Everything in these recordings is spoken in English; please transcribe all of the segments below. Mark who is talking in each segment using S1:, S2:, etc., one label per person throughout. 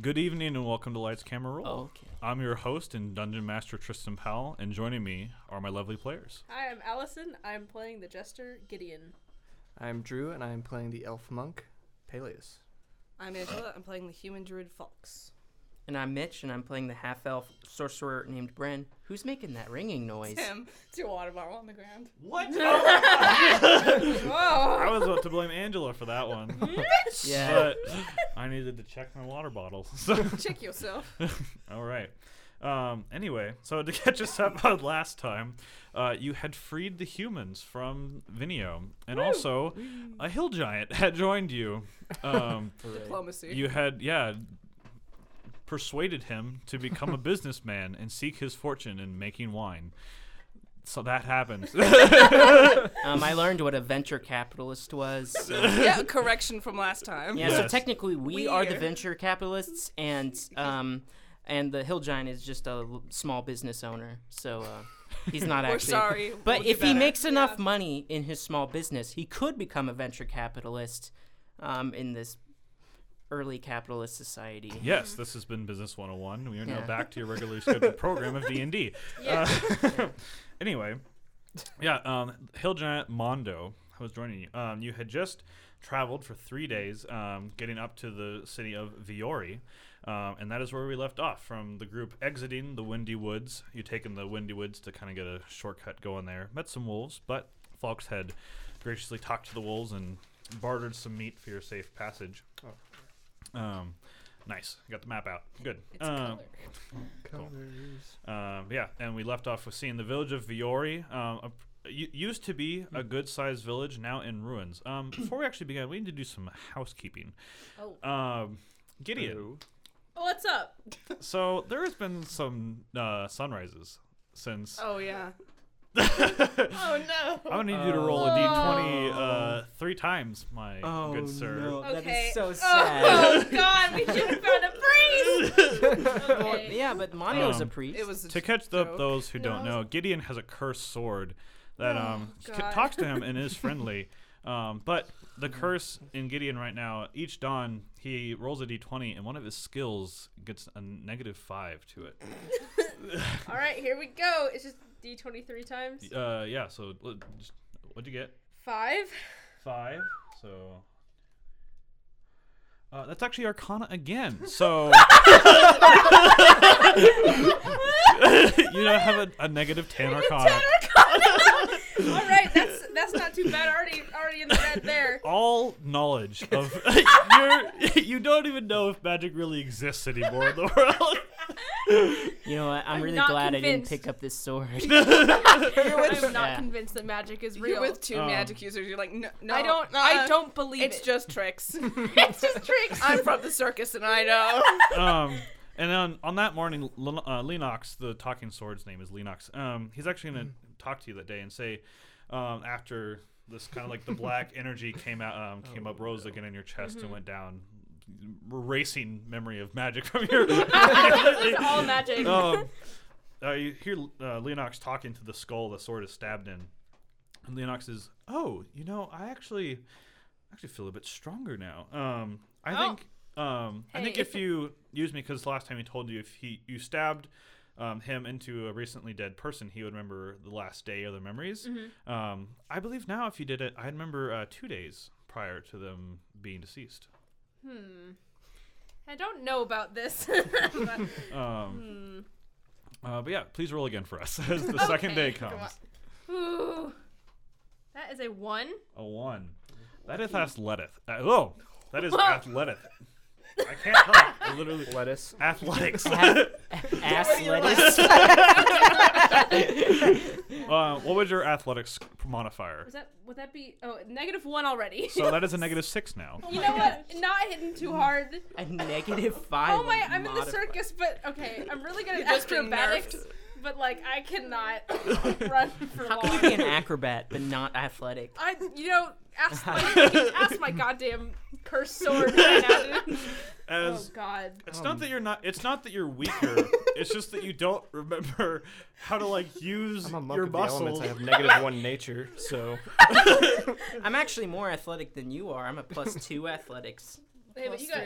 S1: Good evening and welcome to Lights Camera Roll.
S2: Oh, okay.
S1: I'm your host and Dungeon Master Tristan Powell, and joining me are my lovely players.
S3: Hi, I'm Allison. I'm playing the jester Gideon.
S2: I'm Drew, and I'm playing the elf monk, Peleus.
S3: I'm Angela. I'm playing the human druid Fox.
S4: And I'm Mitch, and I'm playing the half elf sorcerer named Bren. Who's making that ringing noise?
S3: It's your water bottle on the ground.
S1: What?
S3: Whoa!
S1: I was about to blame Angela for that one,
S4: Yeah.
S1: but I needed to check my water bottle. So,
S3: Check yourself.
S1: all right. Um, anyway, so to catch us up on last time, uh, you had freed the humans from Vinio, and also a hill giant had joined you. Um,
S3: Diplomacy.
S1: you had yeah persuaded him to become a businessman and seek his fortune in making wine so that happened
S4: um, I learned what a venture capitalist was. so-
S3: yeah, correction from last time.
S4: yeah, so
S1: Yes.
S4: technically we are the
S3: Weird.
S4: venture capitalists, and um, and the hill giant is just a l- small business owner. So uh, he's not
S3: We're
S4: actually.
S3: sorry.
S4: But
S3: We'll do
S4: if he
S3: better.
S4: makes enough
S3: Yeah.
S4: money in his small business, he could become a venture capitalist um, in this early capitalist society.
S1: yes this has been business 101 we are now
S4: Yeah.
S1: back to your regularly scheduled program of d&d
S3: Yeah.
S1: Uh, anyway yeah um, hill giant mondo was joining you um, you had just traveled for three days um, getting up to the city of viori um, and that is where we left off from the group exiting the windy woods you taken the windy woods to kind of get a shortcut going there met some wolves but fox had graciously talked to the wolves and bartered some meat for your safe passage um, nice got the map out good
S3: Oh. It's
S1: Um,
S3: color.
S1: um, yeah, and we left off with seeing the village of Viori. Um, a, y- used to be a
S3: Hmm.
S1: good-sized village, now in ruins. Um, before we actually begin, we need to do some housekeeping.
S3: Oh.
S1: Um, Gideon,
S3: What's up?
S1: so there has been some uh, sunrises since.
S3: Oh yeah.
S1: I'm
S3: Oh no.
S1: gonna need you to roll a d20
S3: Oh.
S1: uh, three times, my
S2: Oh,
S1: good sir.
S2: no. That is
S3: Okay.
S4: so
S3: Oh,
S4: sad.
S3: God, we should have found a priest. okay.
S4: Yeah, but Mondo's a
S1: Um,
S4: priest.
S3: It was a
S1: To catch
S3: joke.
S1: up those who don't
S3: No.
S1: know, Gideon has a cursed sword that um c-
S3: Oh, God.
S1: talks to him and is friendly. Um, but the curse in Gideon right now, each dawn he rolls a d20 and one of his skills gets a negative five to it.
S3: All right, here we go. It's just d twenty three times
S1: Uh, yeah. So l- just- what'd you get?
S3: five.
S1: Five. So. Uh, that's actually Arcana again. So you now have a, a negative ten Arcana.
S3: All right, that's that's not too bad. Already already in the red there.
S1: all knowledge of you're, you don't even know if magic really exists anymore in the world.
S4: you know what? I'm,
S3: I'm
S4: really
S3: not
S4: glad I didn't
S3: convinced.
S4: pick up this sword.
S5: I'm not
S4: Yeah.
S5: convinced that magic is real.
S6: You're with two
S1: Um,
S6: magic users. You're like, no, no
S5: I don't.
S6: I
S5: I
S6: don't
S5: don't believe
S6: It's
S5: it.
S6: just tricks.
S3: It's just tricks.
S6: I'm from the circus, and I know.
S1: Um, and on on that morning, Lin- uh, Lenox, the talking sword's name is Lenox. Um, he's actually gonna talk to you that day and say, um, after this kind of like the black energy came out, um, came up, rose again in your chest and went down, erasing memory of magic from your.
S3: It's all magic.
S1: um, uh, you hear uh, Leonox talking to the skull the sword is stabbed in, and Leonox is, "Oh, you know, I actually, actually feel a bit stronger now. Um, I
S3: Oh.
S1: think, um, I think
S3: Hey.
S1: if you use me, because last time he told you if he you stabbed." Um, him into a recently dead person, he would remember the last day or the memories.
S3: Mm-hmm.
S1: Um, I believe now, if you did it, I remember uh, two days prior to them being deceased.
S3: I don't know about this. But-
S1: Um, uh, but yeah, please roll again for us as the second day
S3: Hmm. Okay,
S1: comes.
S3: come on. Ooh. That is a one.
S1: A one. That is athletic. Uh, oh, that is athletic. I can't talk. I literally
S2: Lettuce.
S1: athletics.
S4: Ass lettuce.
S1: uh, what was your athletics modifier?
S3: Was that would that be oh negative one already?
S1: So that is a negative six now.
S3: you know what? Not hitting too hard.
S4: A negative five.
S3: Oh my! I'm in the
S4: modifier.
S3: circus, but okay. I'm really good at
S6: just been
S3: acrobatics, but like I cannot run for
S4: How
S3: long.
S4: can you be an acrobat but not athletic?
S3: I, you know, ask my, ask my goddamn cursed sword right now. dude. Oh
S1: As
S3: God.
S1: it's not that you're not. It's not that you're weaker. it's just that you don't remember how to like use
S2: I'm a monk
S1: your
S2: of the
S1: muscles.
S2: elements. I have negative one nature, so
S4: I'm actually more athletic than you are. I'm a plus two athletics.
S3: Hey, but you got,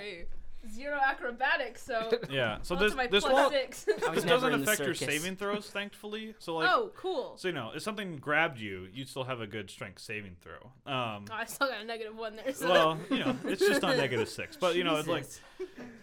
S3: zero acrobatics, so
S1: Yeah. So
S3: onto
S1: this
S3: my
S1: this
S3: plus
S1: won't
S3: six.
S4: I was
S1: this
S4: never
S1: doesn't
S4: in the
S1: affect your
S4: circus.
S1: saving throws, thankfully. So like
S3: oh, cool.
S1: so you know, if something grabbed you, you'd still have a good strength saving throw. Um
S3: Oh, I still got a negative one there. So
S1: well, you know, it's just not negative six. But you know, it's like
S4: Jesus.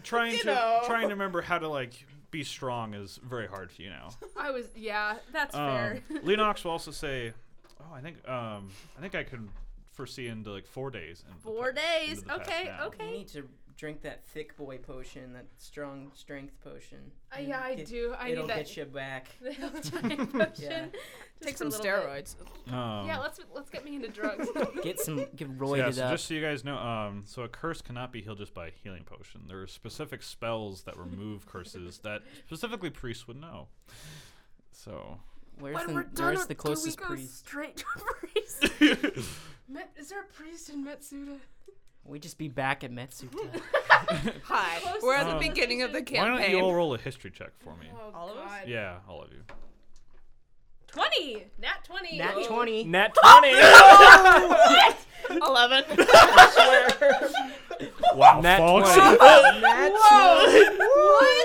S1: trying
S6: You
S1: to
S6: know.
S1: trying to remember how to like be strong is very hard for you now.
S3: I was, yeah, that's
S1: Um,
S3: fair.
S1: Leonox will also say, "Oh, I think um, I think I can foresee into like four days." into the
S3: Four
S1: pa-
S3: days.
S1: into the past
S3: Okay,
S1: now."
S4: You
S3: okay.
S4: need to drink that thick boy potion, that strong strength potion.
S3: Uh,
S4: and
S3: yeah, I
S4: get-
S3: do. I
S4: it'll
S3: need that.
S4: get you back.
S3: the health giant potion.
S4: Yeah.
S3: just
S6: Take
S3: for a
S6: some
S3: little bit.
S6: steroids.
S1: Um,
S3: Yeah, let's let's get me into drugs.
S4: Get some, get
S1: so
S4: roided
S1: yeah, so
S4: up.
S1: just so you guys know, um, so a curse cannot be healed just by a healing potion. There are specific spells that remove curses that specifically priests would know. So
S4: Where's the, where's the closest priest?
S3: straight to priest? Met, is there a priest in Metsuda?
S4: We just be back at Metsuta.
S6: Hi.
S3: Close
S6: We're at
S1: Um,
S6: the beginning of the
S1: why don't you
S6: campaign.
S1: all roll a history check for me?
S3: Oh,
S6: All of us?
S3: God.
S1: Yeah, all of you.
S3: Twenty. Nat twenty.
S4: Nat
S3: Whoa.
S4: twenty.
S2: Nat 20!
S6: Eleven.
S1: Wow,
S2: Nat folks.
S4: Nat twenty.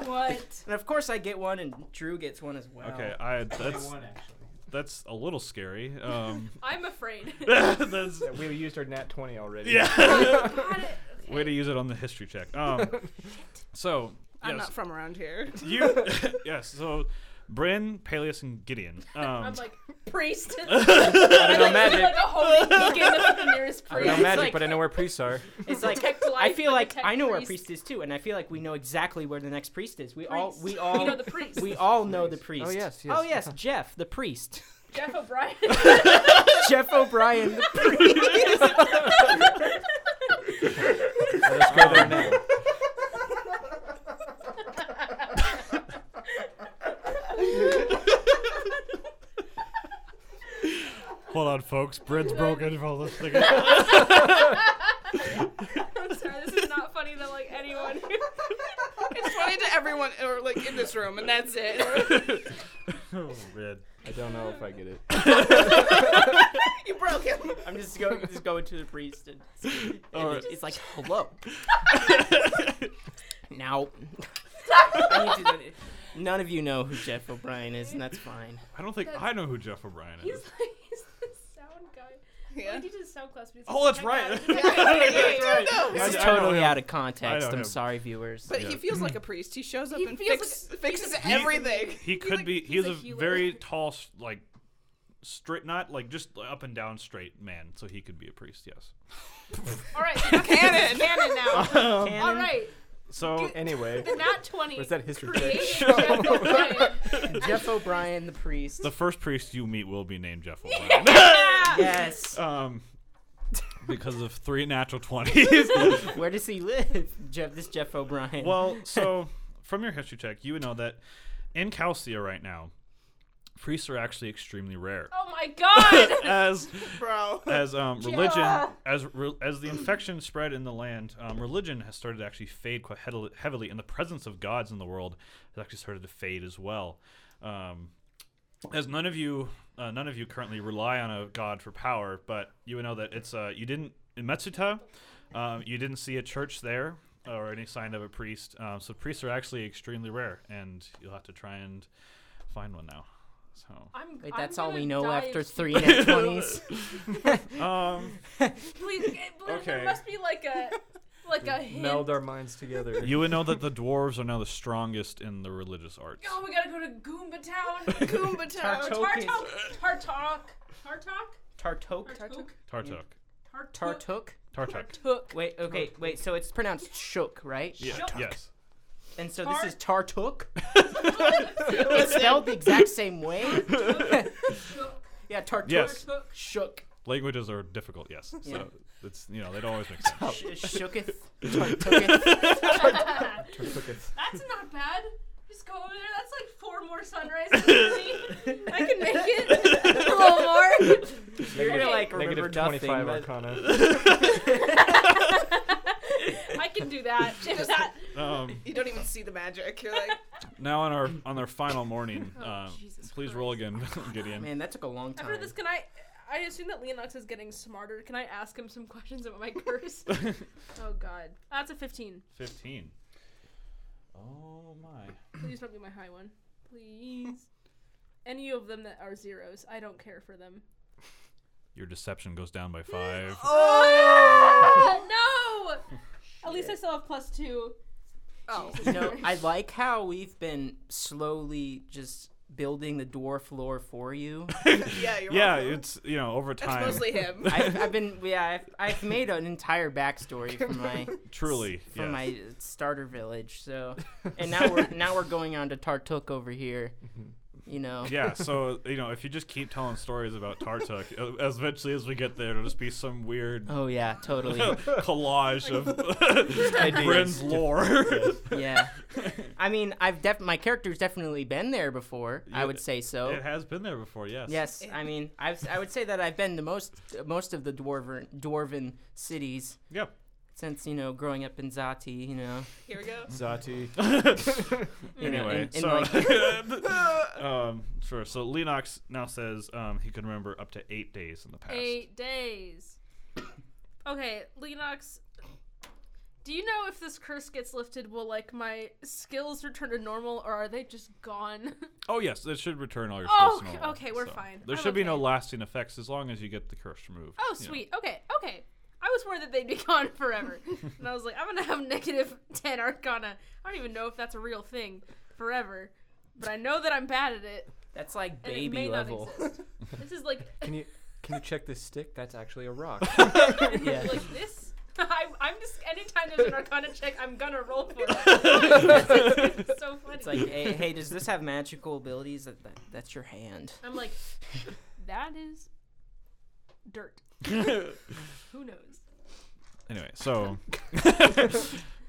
S3: What?
S4: And of course, I get one, and Drew gets one as well.
S1: okay, I that's
S7: one actually.
S1: that's a little scary. Um,
S3: I'm afraid.
S1: that's,
S2: we used our nat 20 already.
S1: yeah.
S3: Got it.
S1: Way to use it on the history check. Um, so
S6: I'm
S1: yes,
S6: not from around here.
S1: you yes. So Bryn, Peleus, and Gideon. Um,
S3: I'm like priest.
S2: I don't know magic.
S3: like a holy beacon of the nearest
S2: I
S3: priest.
S2: don't know magic,
S4: like-
S2: but I know where priests are.
S4: It's like
S3: Protect
S4: I
S3: life,
S4: feel
S3: but
S4: like
S3: protect
S4: I know where
S3: priest.
S4: priest is too, and I feel like we know exactly where the next priest is. We all
S3: Priest.
S4: we all
S3: You know the priest.
S4: we all know the priest.
S2: Oh, yes,
S4: Oh
S2: yes.
S4: yes, Jeff the priest.
S3: Jeff O'Brien.
S4: Jeff O'Brien the priest.
S2: Let us go there now.
S1: Hold on, folks. Bryn's broken for listening.
S3: I'm sorry, this is not funny to like anyone.
S6: It's funny to everyone, or like in this room, and that's it.
S1: oh, Bryn.
S2: I don't know if I get it.
S6: you broke him.
S4: I'm just going just going to the priest and, and
S1: Alright.
S4: it's like hello. now I need to- none of you know who Jeff O'Brien is, and that's fine.
S1: I don't think I know who Jeff O'Brien
S3: He's
S1: is.
S3: like he's the sound guy.
S6: Yeah.
S3: Like, he did a sound class. but he's
S1: Oh,
S3: like,
S1: that's
S3: "Oh my
S1: right.
S3: God."
S1: That's
S6: right.
S1: I-
S4: This is
S1: I know
S4: totally
S1: him.
S4: out of
S1: I know
S4: context. I'm
S1: him.
S4: sorry, viewers.
S6: But
S1: Yeah.
S6: he feels like a priest. He shows up
S3: He
S6: and
S3: feels
S6: fix,
S3: like-
S6: fixes
S1: He-
S6: everything.
S1: He could
S3: like-
S1: be.
S3: he's
S1: He is
S3: a
S1: a
S3: healer.
S1: very tall, s- like straight, not like just up and down straight man. So he could be a priest. Yes.
S3: All right, so that's
S6: Cannon.
S3: canon now.
S4: Canon?
S3: All right,
S1: So
S2: Anyway,
S3: the nat twenty.
S2: what's that history
S3: created
S2: check?
S3: Jeff O'Brien.
S4: Jeff O'Brien the priest.
S1: the first priest you meet will be named Jeff O'Brien.
S4: yes.
S1: um, because of three natural twenties.
S4: Where does he live? Jeff this Jeff O'Brien.
S1: Well, so from your history check, you would know that in Calcia right now, priests are actually extremely rare.
S3: Oh my god!
S1: As
S6: Bro.
S1: as um, religion as re- as the infection spread in the land, um, religion has started to actually fade quite head- heavily, and the presence of gods in the world has actually started to fade as well. Um, as none of you uh, none of you currently rely on a god for power, but you would know that it's uh, you didn't in Metsuta, um, you didn't see a church there or any sign of a priest. Um, so priests are actually extremely rare, and you'll have to try and find one now. So,
S3: I'm,
S4: Wait,
S3: I'm
S4: that's all
S3: gonna
S4: we know
S3: die
S4: after
S3: of-
S4: three net twenties.
S1: um,
S3: Please, eh, please,
S1: Okay.
S3: there must be like a like a hint.
S2: Meld our minds together.
S1: you would know that the dwarves are now the strongest in the religious arts.
S3: Oh, we gotta go to Goomba Town.
S6: Goomba Town.
S3: Tartok. Tartok. Tartok.
S4: Tartok.
S3: Tartok.
S1: Tartuk.
S3: Tartok.
S4: Tartuk.
S1: Tartuk.
S3: Tartok.
S4: Wait, okay, wait. So it's pronounced shook, right?
S1: Yeah.
S3: Tartuk.
S1: Yes.
S4: And so this is Tartuk. it's spelled the exact same way. yeah, Tartuk.
S1: Yes.
S4: Shook.
S1: Languages are difficult. Yes.
S4: Yeah.
S1: So it's you know they don't always make sense.
S4: Sh- shooketh. Tartuketh.
S2: Tartuketh.
S3: That's not bad. Just go over there. That's like four more sunrises. for me. I can make it. A little more.
S4: You're gonna like remember
S2: Negative 25
S4: nothing. but-
S2: arcana.
S3: I can do that. If that
S1: Um,
S6: You don't even see the magic. You're like,
S1: now on our on our final morning, um,
S3: Oh, Jesus
S1: please roll again, Gideon.
S4: Man, that took a long time.
S3: after this, can I? I assume that Leonox is getting smarter. Can I ask him some questions about my curse? oh God, that's a fifteen.
S1: 15. Oh my.
S3: Please don't be my high one, please. Any of them that are zeros, I don't care for them.
S1: Your deception goes down by five.
S3: no. At least I still have plus two.
S6: Oh.
S4: You know, I like how we've been slowly just building the dwarf lore for you.
S6: yeah, you're
S1: yeah,
S6: welcome.
S1: it's, you know, over
S6: That's
S1: time.
S6: mostly him.
S4: I've, I've been, yeah, I've, I've made an entire backstory for my
S1: truly.
S4: for
S1: Yes.
S4: my starter village. So, and now we're now we're going on to Tartuk over here. You know,
S1: Mm-hmm. yeah, so, you know, if you just keep telling stories about Tartuk, uh, as eventually as we get there, it'll just be some weird
S4: Oh yeah, totally.
S1: collage of Bryn's lore.
S4: yeah. I mean, I've def- my character's definitely been there before. I
S1: Yeah,
S4: would say so.
S1: It has been there before, yes.
S4: Oh. Yes, I mean, I've, I would say that I've been to most most of the dwarven dwarven cities
S1: Yep.
S4: since you know growing up in Zati. You know,
S6: Here we go.
S2: Zati.
S4: You know,
S1: Mm. anyway,
S4: and- and
S1: so um, sure. So Leonox now says um, he can remember up to eight days in the past.
S3: Eight days. Okay, Leonox. Do you know if this curse gets lifted, will like my skills return to normal, or are they just gone?
S1: Oh yes, it should return all your
S3: Oh,
S1: skills. to normal,
S3: okay, we're fine.
S1: There
S3: I'm
S1: should be no
S3: okay.
S1: lasting effects as long as you get the curse removed.
S3: oh,
S1: you know.
S3: sweet. Okay, okay. I was worried that they'd be gone forever, and I was like, I'm gonna have negative ten Arcana. I don't even know if that's a real thing, forever. But I know that I'm bad at it,
S4: that's like
S3: and
S4: baby
S3: it may
S4: level.
S3: not exist. This is like,
S2: Can you can you check this stick? That's actually a rock.
S4: Yeah.
S3: like this. I, I'm just anytime there's an Arcana check, I'm gonna roll for it. It's- it's so funny.
S4: It's like, hey, hey, does this have magical abilities? That, that that's your hand.
S3: I'm like, that is dirt. Who knows?
S1: Anyway, so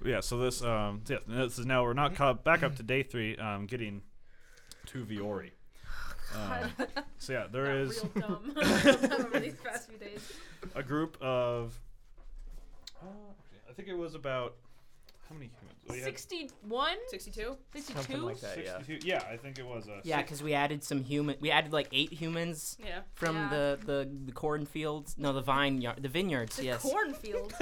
S1: yeah, so this um, yeah, this is now we're not caught back up to day three, um, getting to Viori. Um, so yeah, there
S3: Got
S1: is.
S3: real dumb over these past few days.
S1: a group of uh, I think it was about how many humans? We had
S3: 61?
S6: 62?
S3: 62?
S2: Something like that, yeah.
S1: 62 yeah, I think it was. Uh,
S4: Yeah,
S1: six-
S4: because we added some human. We added like eight humans
S6: Yeah.
S4: from
S3: Yeah.
S4: the, the the cornfields. No, the vine yard, the vineyards.
S3: The
S4: yes.
S3: cornfield.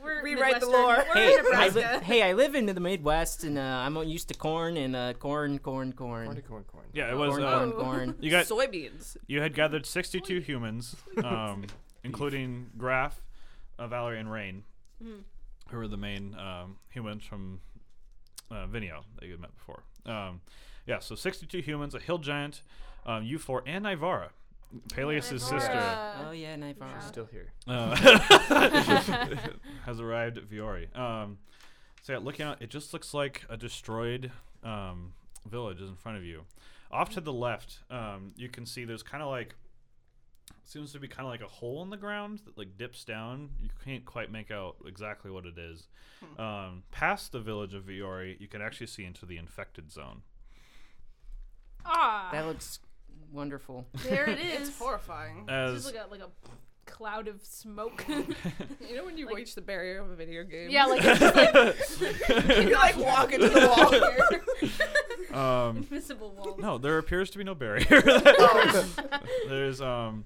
S3: We're
S6: Rewrite the
S3: Midwestern.
S6: lore.
S3: We're
S4: Hey,
S3: in
S4: I
S3: Nebraska.
S4: li- hey, I live in the Midwest, and uh, I'm used to corn and uh, corn, corn, corn.
S2: corn, corn, corn.
S1: yeah, it was.
S4: corn,
S1: Uh,
S4: corn, corn.
S1: you got
S6: Soybeans.
S1: you had gathered 62 humans, um, including Graf, uh, Valerie, and Rain, who were the main um, humans from uh, Vinio that you had met before. Um, yeah, so 62 humans, a hill giant, um, you four, and Ivara, Peleus' sister.
S4: Oh yeah, knife arm.
S2: Still here.
S1: uh, has arrived at Viore. Um, so yeah, looking out, it just looks like a destroyed um, village is in front of you. Off to the left, um, you can see there's kind of like seems to be kind of like a hole in the ground that like dips down. You can't quite make out exactly what it is. Um, past the village of Viore, you can actually see into the infected zone.
S3: Ah,
S4: That looks wonderful.
S3: there it is.
S6: It's horrifying.
S3: It's
S1: As
S3: just like a, like a cloud of smoke.
S6: You know when you
S3: Like-
S6: reach the barrier of a video game?
S3: yeah, like it's just like
S6: You like walk into the wall here.
S1: um,
S3: invisible walls.
S1: No, there appears to be no barrier. There's um,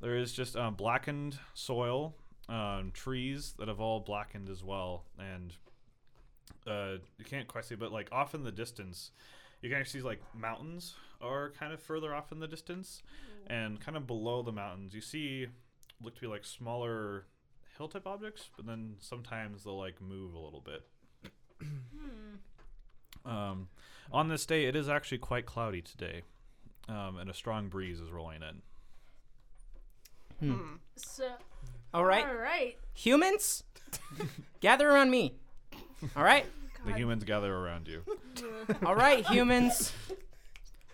S1: there is just um, blackened soil, um, trees that have all blackened as well, and uh, you can't quite see, but like off in the distance, you can actually see like mountains are kind of further off in the distance, and kind of below the mountains, you see look to be like smaller hilltop objects, but then sometimes they'll like move a little bit. Um, on this day, it is actually quite cloudy today, um, and a strong breeze is rolling in.
S3: So,
S4: All right,
S3: all right.
S4: humans, gather around me. All right,
S1: The humans gather around you.
S4: all right, humans.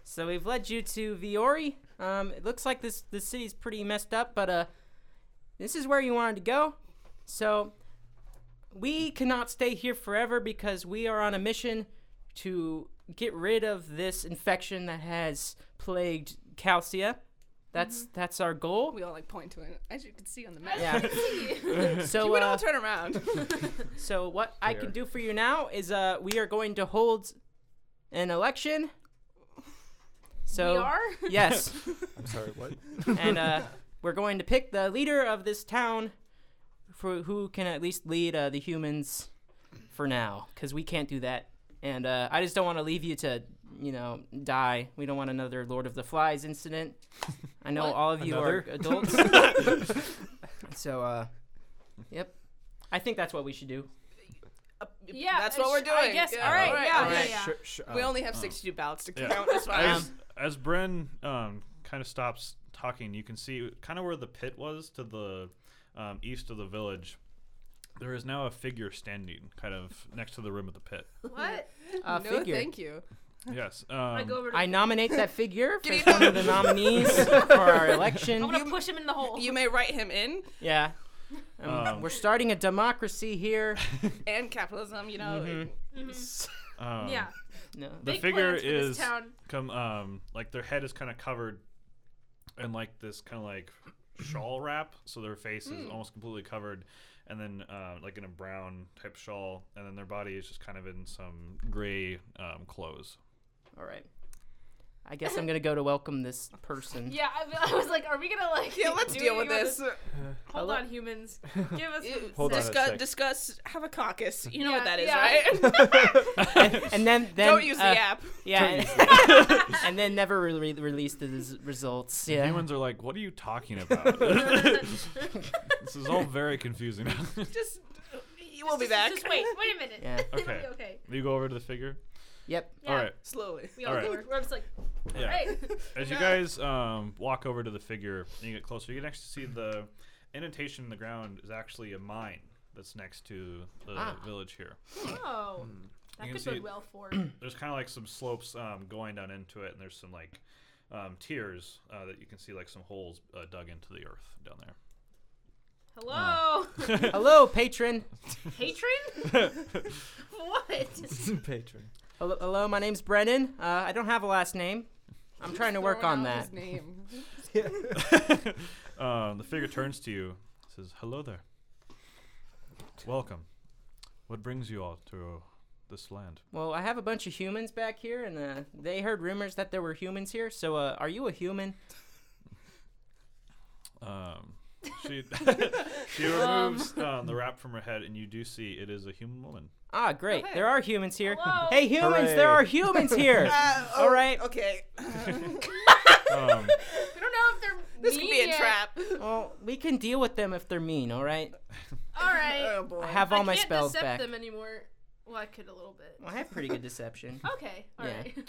S4: So we've led you to Viori. Um, it looks like this this city's pretty messed up, but uh, this is where you wanted to go. So we cannot stay here forever because we are on a mission to get rid of this infection that has plagued Calcia. That's that's our goal.
S6: We all like point to it, as you can see on the map.
S4: Yeah. so
S6: We
S4: uh,
S6: don't turn around.
S4: So what I can do for you now is uh we are going to hold an election. So
S3: we are.
S4: yes,
S2: I'm sorry, what?
S4: and uh, we're going to pick the leader of this town, for who can at least lead uh, the humans, for now, because we can't do that. And uh, I just don't want to leave you to, you know, die. We don't want another Lord of the Flies incident. I know
S3: What?
S4: all of you
S2: Another?
S4: are adults. so, uh, yep. I think that's what we should do.
S3: yeah,
S6: that's
S3: uh,
S6: what we're
S3: sh-
S6: doing.
S3: I guess. All right.
S6: Alright,
S3: Oh, Yeah.
S6: alright.
S3: Yeah.
S2: Alright,
S3: Yeah. Um,
S2: sure, sure,
S6: We
S2: uh,
S6: only have 62 ballots to
S1: Yeah.
S6: count. It's fine.
S1: As, as Bren um, kind of stops talking, you can see kind of where the pit was to the um, east of the village. There is now a figure standing kind of next to the rim of the pit.
S3: What?
S4: Uh,
S6: no,
S4: figure.
S6: thank you.
S1: Yes. Um,
S3: I go over to.
S4: I nominate that figure for
S6: Get
S4: one of the nominees for our
S3: I'm
S4: election.
S3: gonna push him in the hole.
S6: You may write him in
S4: Yeah. Um,
S1: Um,
S4: we're starting a democracy here.
S6: and capitalism, you know.
S1: um,
S3: yeah.
S4: No.
S1: The
S3: Big
S1: figure
S3: plans for this
S1: is
S3: town.
S1: come um like their head is kind of covered in like this kind of like shawl wrap, so their face
S4: Hmm.
S1: is almost completely covered, and then uh, like in a brown type shawl, and then their body is just kind of in some gray um, clothes.
S4: All right. I guess I'm gonna go to welcome this person.
S3: Yeah, I, I was like, are we gonna like?
S6: Yeah, let's
S3: do
S6: deal with
S3: anything about
S6: this.
S3: Hold
S4: Hello?
S3: on, humans. Give us. some
S2: Hold on a
S3: sense.
S6: discuss,
S2: sec.
S6: discuss, have a caucus. You know
S3: Yeah,
S6: what that is,
S3: yeah.
S6: right?
S4: And then, then
S6: Don't use the
S4: uh,
S6: app.
S4: Yeah. And, and then never re- release the res- results. Yeah.
S1: Humans are like, "What are you talking about? this is all very confusing."
S6: Just, we'll be
S3: Just-
S6: back.
S3: Just wait. Wait a minute.
S4: Yeah.
S3: It'll be
S1: Okay.
S3: okay.
S1: you go over to the figure.
S4: Yep.
S3: Yeah.
S1: All right.
S6: Slowly.
S3: We all
S1: All right.
S3: go over. We're just like,
S1: Yeah.
S3: hey.
S1: As you guys um, walk over to the figure and you get closer, you can actually see the indentation in the ground is actually a mine that's next to the
S4: Ah.
S1: village here.
S3: Oh.
S1: You
S3: That
S1: can
S3: could
S1: see-
S3: bode well for. it.
S1: There's kind of like some slopes um, going down into it, and there's some like um, tiers uh, that you can see like some holes uh, dug into the earth down there.
S3: Hello,
S4: Hello, patron.
S3: patron. what?
S2: Patron.
S4: Hello, hello my name's Brennan. Uh, I don't have a last name. I'm trying to work on that.
S6: name.
S1: Um, the figure turns to you, says, "Hello there. Welcome. What brings you all to this land?"
S4: Well, I have a bunch of humans back here, and uh, they heard rumors that there were humans here. So, uh, are you a human?
S1: Um, she she removes um, the wrap from her head, and you do see it is a human woman.
S4: Ah, great. There are humans here.
S3: Oh, Hello?
S4: Hey, humans! There are
S2: Hooray.
S4: humans here. All right.
S6: Okay.
S1: Um,
S3: We don't know if they're.
S6: This could
S3: mean
S6: be a
S3: yet.
S6: trap.
S4: Well, we can deal with them if they're mean. All right.
S3: All right.
S6: Oh, boy.
S4: I have all
S3: I
S4: my
S3: can't
S4: spells
S3: decept
S4: back.
S3: them anymore. Well, I could a little bit.
S4: Well, I have pretty good deception.
S3: Okay. All
S4: Yeah.
S3: right.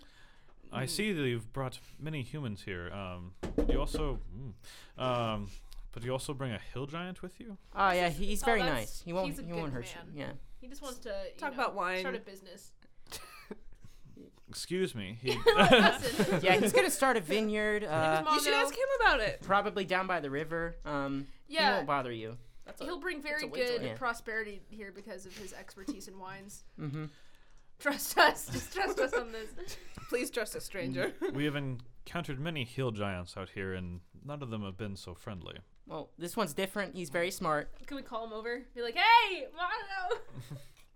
S1: I see that you've brought many humans here. Um, you also, mm, um, but you also bring a hill giant with you.
S4: Oh yeah, he's
S3: Oh,
S4: very
S3: that's-
S4: nice. He won't.
S3: he's a
S4: He won't
S3: good
S4: hurt
S3: man.
S4: you. Yeah.
S3: He just wants to you
S6: Talk
S3: know,
S6: about wine.
S3: Start a business.
S1: Excuse me. He,
S3: Listen,
S4: Yeah, he's gonna start a vineyard. Uh,
S3: Mondo,
S6: You should ask him about it.
S4: probably down by the river. Um, he
S3: Yeah.
S4: won't bother you.
S3: He'll bring very
S6: waste
S3: good
S4: away. Yeah.
S3: prosperity here because of his expertise in wines.
S4: Mm-hmm.
S3: Trust us. Just trust us on this.
S6: Please trust a stranger.
S1: we have encountered many hill giants out here, and none of them have been so friendly.
S4: Well, this one's different. He's very smart.
S3: Can we call him over? Be like, hey, Mondo,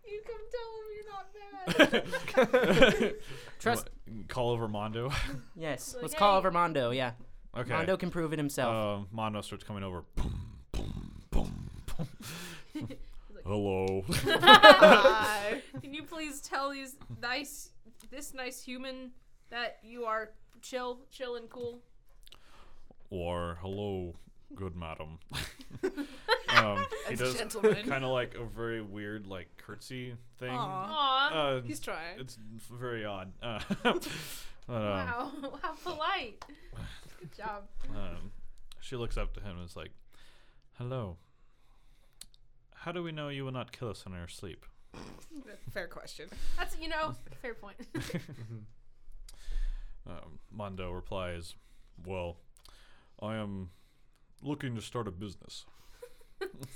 S3: you come tell him you're not bad.
S4: Trust.
S1: Call over Mondo.
S4: Yes.
S3: Like,
S4: Let's call
S3: hey.
S4: over Mondo. Yeah.
S1: okay.
S4: Mondo can prove it himself.
S1: Um, Mondo starts coming over. Boom, boom, boom, boom. Hello.
S6: Bye.
S3: Can you please tell these nice, this nice human that you are chill, chill and cool?
S1: or hello, good madam. um, he does
S6: Gentlemen.
S1: kind of like a very weird like curtsy thing.
S6: Aw.
S3: Aw,
S1: Uh,
S6: He's trying.
S1: it's very odd. Uh, but, um,
S3: wow,
S4: uh.
S3: how polite. Good job.
S1: um, she looks up to him and is like, "Hello. How do we know you will not kill us in our sleep?"
S6: Fair question.
S3: That's you know, fair point.
S1: Um, Mondo replies, "Well, I am looking to start a business."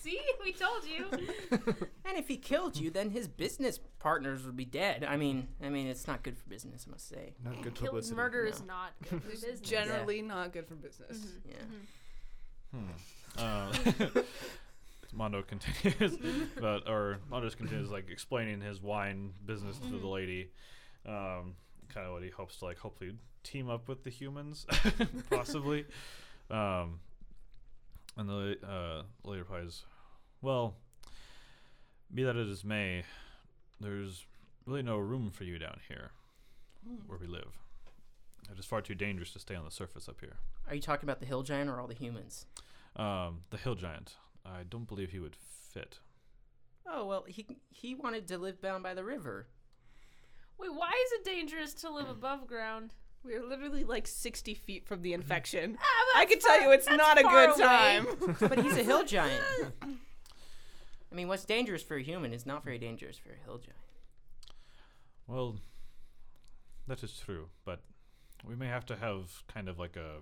S3: See, we told you.
S4: And if he killed you, then his business partners would be dead. I mean, I mean, it's not good for business, I must say.
S2: Not good
S3: Kill,
S2: publicity.
S3: murder is
S4: No.
S3: not good for business. Mm-hmm.
S6: Generally not good for business.
S4: Yeah.
S1: Uh, Mondo continues, but or Mondo just continues like explaining his wine business to the lady, um, kind of what he hopes to like hopefully team up with the humans, possibly. um, and the la- uh, later replies, "Well, be that as it may, there's really no room for you down here, where we live. It is far too dangerous to stay on the surface up here."
S4: Are you talking about the hill giant or all the humans?
S1: Um, the hill giant. I don't believe he would fit.
S4: Oh well, he he wanted to live down by the river.
S3: Wait, why is it dangerous to live above ground?
S6: We are literally like 60 feet from the infection.
S3: but
S6: I can tell you it's not a
S3: Ah, Oh, far
S6: good
S3: away.
S6: time.
S4: But he's a hill giant. I mean, what's dangerous for a human is not very dangerous for a hill giant.
S1: Well, that is true, but we may have to have kind of like a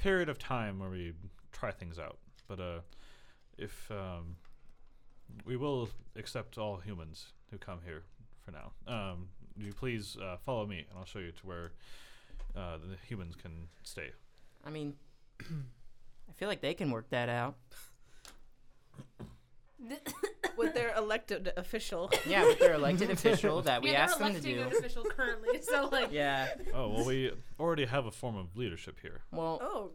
S1: period of time where we try things out. But uh, if um, we will accept all humans who come here for now, um, you please uh, follow me, and I'll show you to where uh, the humans can stay.
S4: I mean, I feel like they can work that out.
S6: With their elected official.
S4: Yeah, with their elected official that we
S3: yeah,
S4: asked
S3: they're
S4: them to
S3: electing
S4: do.
S3: an official currently, so like,
S4: Yeah.
S1: Oh well, we already have a form of leadership here.
S4: Well,
S6: Oh,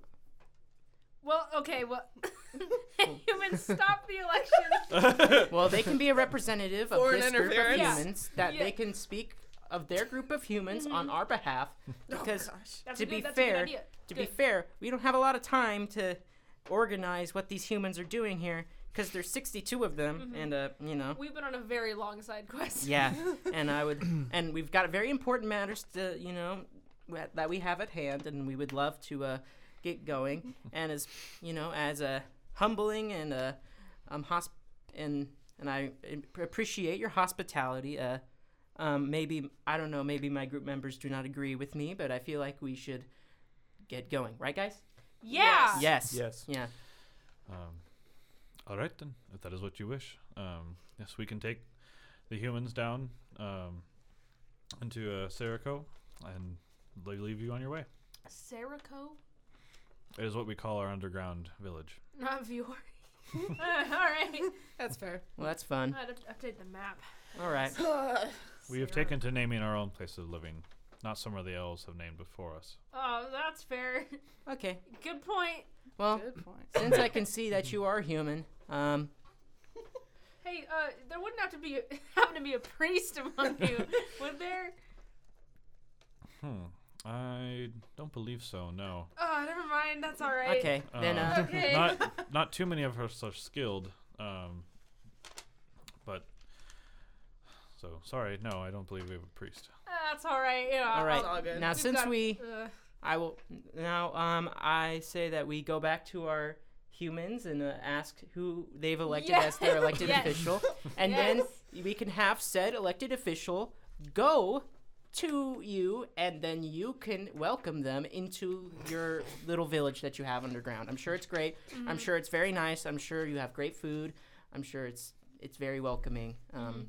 S3: well, okay, well, humans stop the election.
S4: Well, they can be a representative of
S6: Foreign
S4: this group of
S6: interference.
S3: Yeah.
S4: humans that
S3: Yeah. Mm-hmm.
S4: they can speak of their group of humans on our behalf because
S3: That's
S4: to
S3: a
S4: be
S3: good, that's a good
S4: fair,
S3: idea.
S4: to be
S3: Oh, Good.
S4: fair, we don't have a lot of time to organize what these humans are doing here because there's 62 of them
S3: Mm-hmm.
S4: and uh, you know.
S3: We've been on a very long side quest.
S4: Yeah. and I would and we've got very important matters to, you know, wha- that we have at hand and we would love to uh, get going and as, you know, as a humbling and a um hosp- and and I ap- appreciate your hospitality. Uh um maybe I don't know, maybe my group members do not agree with me, but I feel like we should get going, right guys?
S3: Yeah.
S4: Yes.
S2: Yes.
S4: Yeah.
S1: Um, all right then, if that is what you wish. Um, yes, we can take the humans down um, into uh, Serico and they leave you on your way.
S3: Serico,
S1: It is what we call our underground village.
S3: not Viore. all right,
S6: that's fair.
S4: Well, that's fun.
S3: I'd have to update the map.
S4: All right.
S1: We have taken to naming our own place of living, not somewhere the elves have named before us.
S3: Oh, that's fair.
S4: Okay.
S3: Good point.
S4: Well,
S6: Good point.
S4: since I can see that you are human, um
S3: Hey, uh, there wouldn't have to be happen to be a priest among you, would there?
S1: Hmm. I don't believe so. No.
S3: Oh, never mind. That's all right.
S4: okay. Then
S1: Um,
S4: uh
S3: Okay.
S1: Not not too many of us are skilled. Um, but so sorry. No, I don't believe we have a priest.
S3: That's all right. Yeah.
S4: All right.
S6: It's all good.
S4: Now,
S3: We've
S4: since
S3: got-
S4: we,
S3: uh,
S4: I will. Now, um, I say that we go back to our humans and uh, ask who they've elected
S3: Yes.
S4: as their elected
S3: Yes.
S4: official, and then we can have said elected official go to you, and then you can welcome them into your little village that you have underground. I'm sure it's great.
S3: Mm-hmm.
S4: I'm sure it's very nice. I'm sure you have great food. I'm sure it's it's very welcoming.
S3: Mm-hmm.
S4: Um,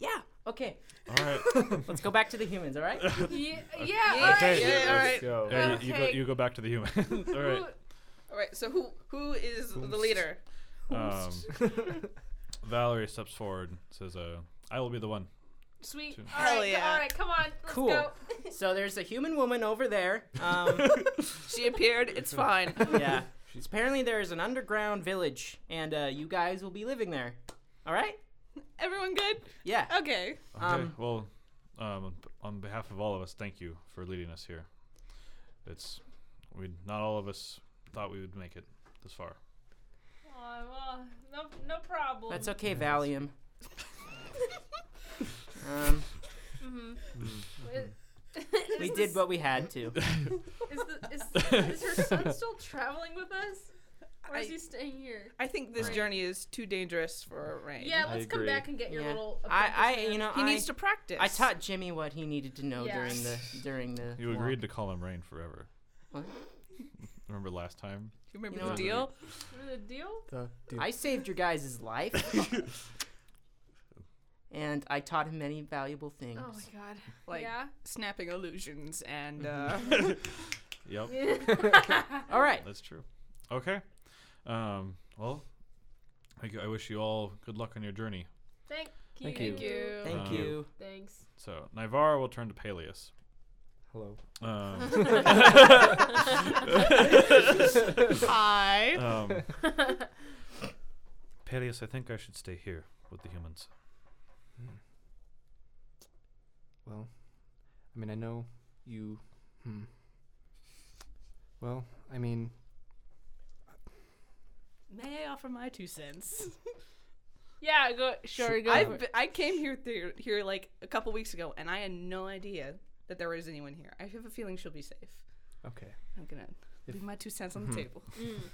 S4: yeah. Okay.
S1: All right.
S4: Let's go back to the humans. All right.
S3: yeah. yeah all right.
S1: Okay.
S6: Yeah, all
S1: Let's
S6: right.
S2: Go.
S1: Yeah, you- you, go,
S3: Okay.
S1: you go back to the human. All right.
S6: All right, so who who is the leader?
S1: Um, Valerie steps forward and says, uh, I will be the one.
S3: Sweet.
S1: Two.
S3: All right.
S6: Hell
S3: go-
S6: yeah.
S3: All right. Come on. Let's
S4: Cool.
S3: go.
S4: So there's a human woman over there. Um,
S6: She appeared. It's fine.
S4: yeah. Apparently there is an underground village, and uh, you guys will be living there. All right?
S6: Everyone good?
S4: Yeah.
S6: Okay.
S1: Okay.
S4: Um,
S1: well, um, on behalf of all of us, thank you for leading us here. It's, we not all of us thought we would make it this far.
S3: Oh, well, no, no problem.
S4: That's okay, Valium. Um,
S3: Mm-hmm. Is
S4: we
S3: the
S4: did what we had to.
S3: Is, the, is, is her son still traveling with us? Or is
S6: I-
S3: he staying here?
S6: I think this journey is too dangerous for Rain.
S3: Yeah,
S7: I
S3: let's come
S7: agree.
S3: back and get your
S4: Yeah.
S3: little.
S4: I, I,
S3: apprentice
S4: you know,
S6: He
S4: I,
S6: needs to practice.
S4: I taught Jimmy what he needed to know
S3: Yeah.
S4: during the during the.
S1: You
S4: walk.
S1: agreed to call him Rain forever.
S4: What?
S1: Remember last time?
S6: You remember
S4: You know
S6: the
S4: what?
S6: deal?
S3: man. The deal? Oh
S2: The dude.
S4: I saved your guys' life. and I taught him many valuable things.
S3: Oh my god.
S6: Like
S3: yeah.
S6: snapping illusions and uh,
S1: Yep.
S4: All right.
S1: That's true. Okay. Um, well, thank you. I wish you all good luck on your journey.
S3: Thank
S2: Thank you.
S3: you.
S5: Thank you.
S4: Thank
S1: Um,
S4: you.
S3: Thanks.
S1: So Nivara will turn to Peleus.
S2: Hello.
S1: Um,
S5: Hi.
S1: um, Peleus, I think I should stay here with the humans.
S2: Well, I mean, I know you. Hmm. Well, I mean,
S5: May I offer my two cents?
S3: Yeah, go. Sure, go.
S6: I've
S3: for it.
S6: been- I came here th- here like a couple weeks ago, and I had no idea that there was anyone here. I have a feeling she'll be safe.
S2: okay.
S6: I'm gonna
S2: If-
S6: leave my two cents on the table.
S3: Mm.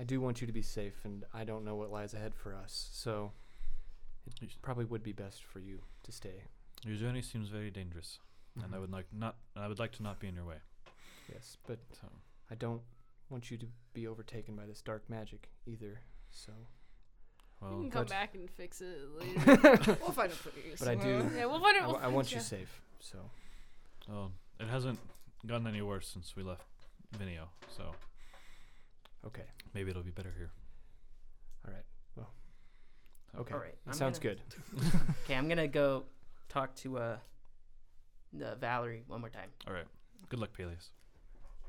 S2: I do want you to be safe, and I don't know what lies ahead for us, so it probably would be best for you to stay.
S1: Your journey seems very dangerous, and I
S3: Mm-hmm.
S2: Mhm.
S1: would like not. I would like to not be in your way.
S2: Yes, but
S1: So
S2: I don't want you to be overtaken by this dark magic either. So,
S3: You
S1: well,
S3: can come
S2: but-
S3: back and fix it later.
S6: we'll find out for you.
S2: but I do.
S3: yeah, we'll find
S2: I,
S3: out.
S2: w-
S3: we'll
S2: I want you
S3: find
S2: safe. So,
S1: well, it hasn't gotten any worse since we left Minio. So
S2: okay,
S1: maybe it'll be better here.
S2: all right. Well, okay,
S4: All right,
S2: that
S4: I'm
S2: sounds
S4: gonna-
S2: good.
S4: Okay, I'm gonna go talk to uh, the Valerie one more time.
S1: All right. Good luck, Peleus.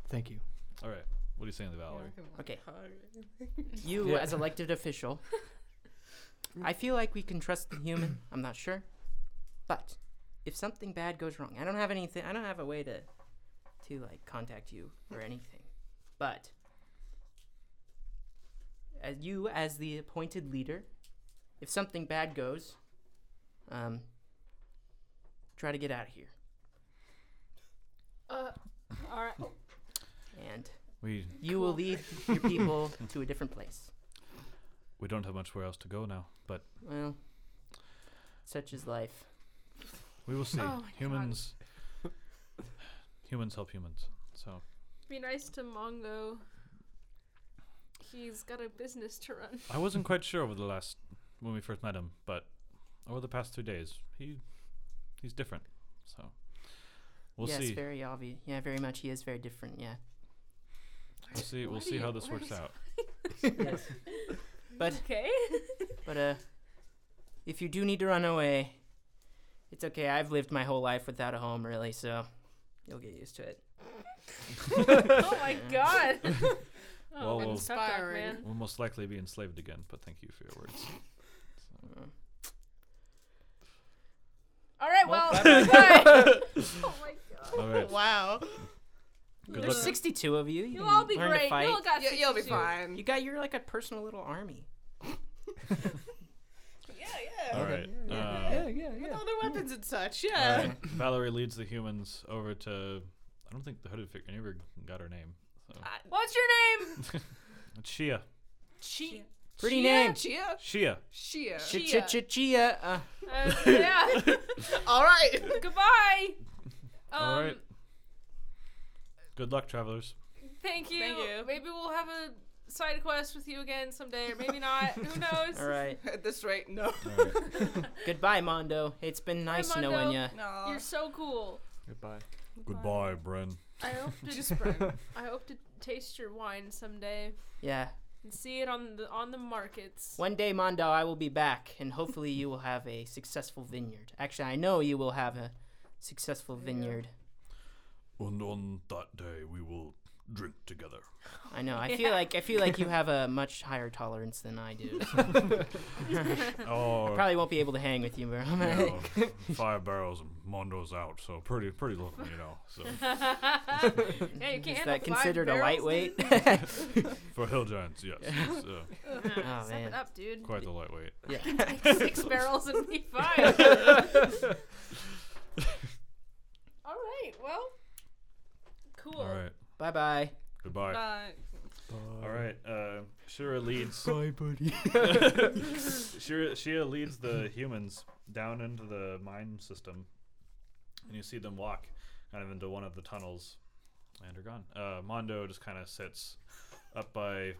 S2: Thank you.
S1: All right. What are you saying to Valerie?
S4: Okay. You, as elected official, I feel like we can trust the human. I'm not sure, but if something bad goes wrong, I don't have anything. I don't have a way to, to like contact you or anything. But as you, as the appointed leader, if something bad goes, um, try to get out of here.
S3: Uh, all right.
S4: And
S1: We
S4: you will lead your people to a different place.
S1: we don't have much where else to go now, but
S4: Well, such is life.
S1: we will see.
S3: Oh my God.
S1: humans. humans help humans. So
S3: Be nice to Mongo. He's got a business to run.
S1: I wasn't quite sure over the last when we first met him, but over the past two days, he he's different. So we'll
S4: yes,
S1: see.
S4: very obvious. Yeah, very much. He is very different. Yeah.
S1: We'll see.
S3: Why
S1: We'll
S3: do
S1: see
S3: you-
S1: how this
S3: why
S1: works
S3: is-
S1: out.
S4: yes. But
S3: Okay.
S4: but uh, if you do need to run away, it's okay. I've lived my whole life without a home, really. So you'll get used to it.
S3: oh my god.
S1: Well, we'll-
S3: tough luck,
S5: Inspiring.
S3: man.
S1: We'll most likely be enslaved again, but thank you for your words.
S4: Mm.
S3: All right.
S4: Well,
S3: Well. bye. oh my god.
S1: All right.
S5: Wow.
S1: Good
S4: There's
S1: luck.
S4: 62 of you. You
S3: You'll
S4: can
S3: all be
S4: learn To
S3: great.
S4: fight.
S3: You'll all got
S6: You, you'll be
S3: 62.
S6: fine.
S4: You got you're like a personal little army.
S6: yeah, yeah.
S1: All right. Uh,
S2: Yeah, yeah,
S6: With
S2: yeah.
S6: all the weapons and such.
S1: All
S6: Yeah.
S1: right. Valerie leads the humans over to. I don't think the hooded figure never got her name. So.
S3: What's your name?
S1: Shia.
S5: She.
S4: Pretty name.
S6: Chia.
S1: Shia.
S6: Chia. Chia.
S4: Chia. Chia. Chia. Uh,
S3: Uh, yeah.
S6: All right.
S3: Goodbye. Um,
S1: All right. Good luck, travelers.
S3: Thank you.
S5: Thank you.
S3: Maybe we'll have a side quest with you again someday, or maybe not. Who knows?
S4: all right.
S6: At this rate, no.
S1: All right.
S4: Goodbye, Mondo. It's been nice knowing
S3: Mondo.
S4: you.
S6: No.
S3: You're so cool.
S2: Goodbye.
S1: Goodbye, Bren.
S3: I hope to
S6: Just friend.
S3: I hope to taste your wine someday
S4: Yeah.
S3: and see it on the on the markets.
S4: One day, Mondo, I will be back, and hopefully, you will have a successful vineyard. Actually, I know you will have a successful vineyard.
S1: And on that day, we will drink together.
S4: I know. I feel like I feel like you have a much higher tolerance than I do. so
S1: Oh,
S4: Probably won't be able to hang with you, bro.
S1: five barrels and Mondo's out, so pretty, pretty looking, you know. So
S3: yeah, you can't.
S4: Is that
S3: handle five
S4: considered a
S3: barrels,
S4: lightweight?
S3: dude.
S1: for hill giants, yes, it's, uh,
S4: oh
S3: Step it
S4: man.
S3: up, dude.
S1: quite the lightweight.
S4: Yeah.
S3: Like six barrels and be fine. All right. Well. Cool.
S1: All right,
S4: Bye bye.
S1: goodbye.
S6: Uh,
S1: All right, uh, Shira leads.
S2: Bye, buddy.
S1: Shira, Shia leads the humans down into the mine system, and you see them walk kind of into one of the tunnels, and are gone. Uh, Mondo just kind of sits up by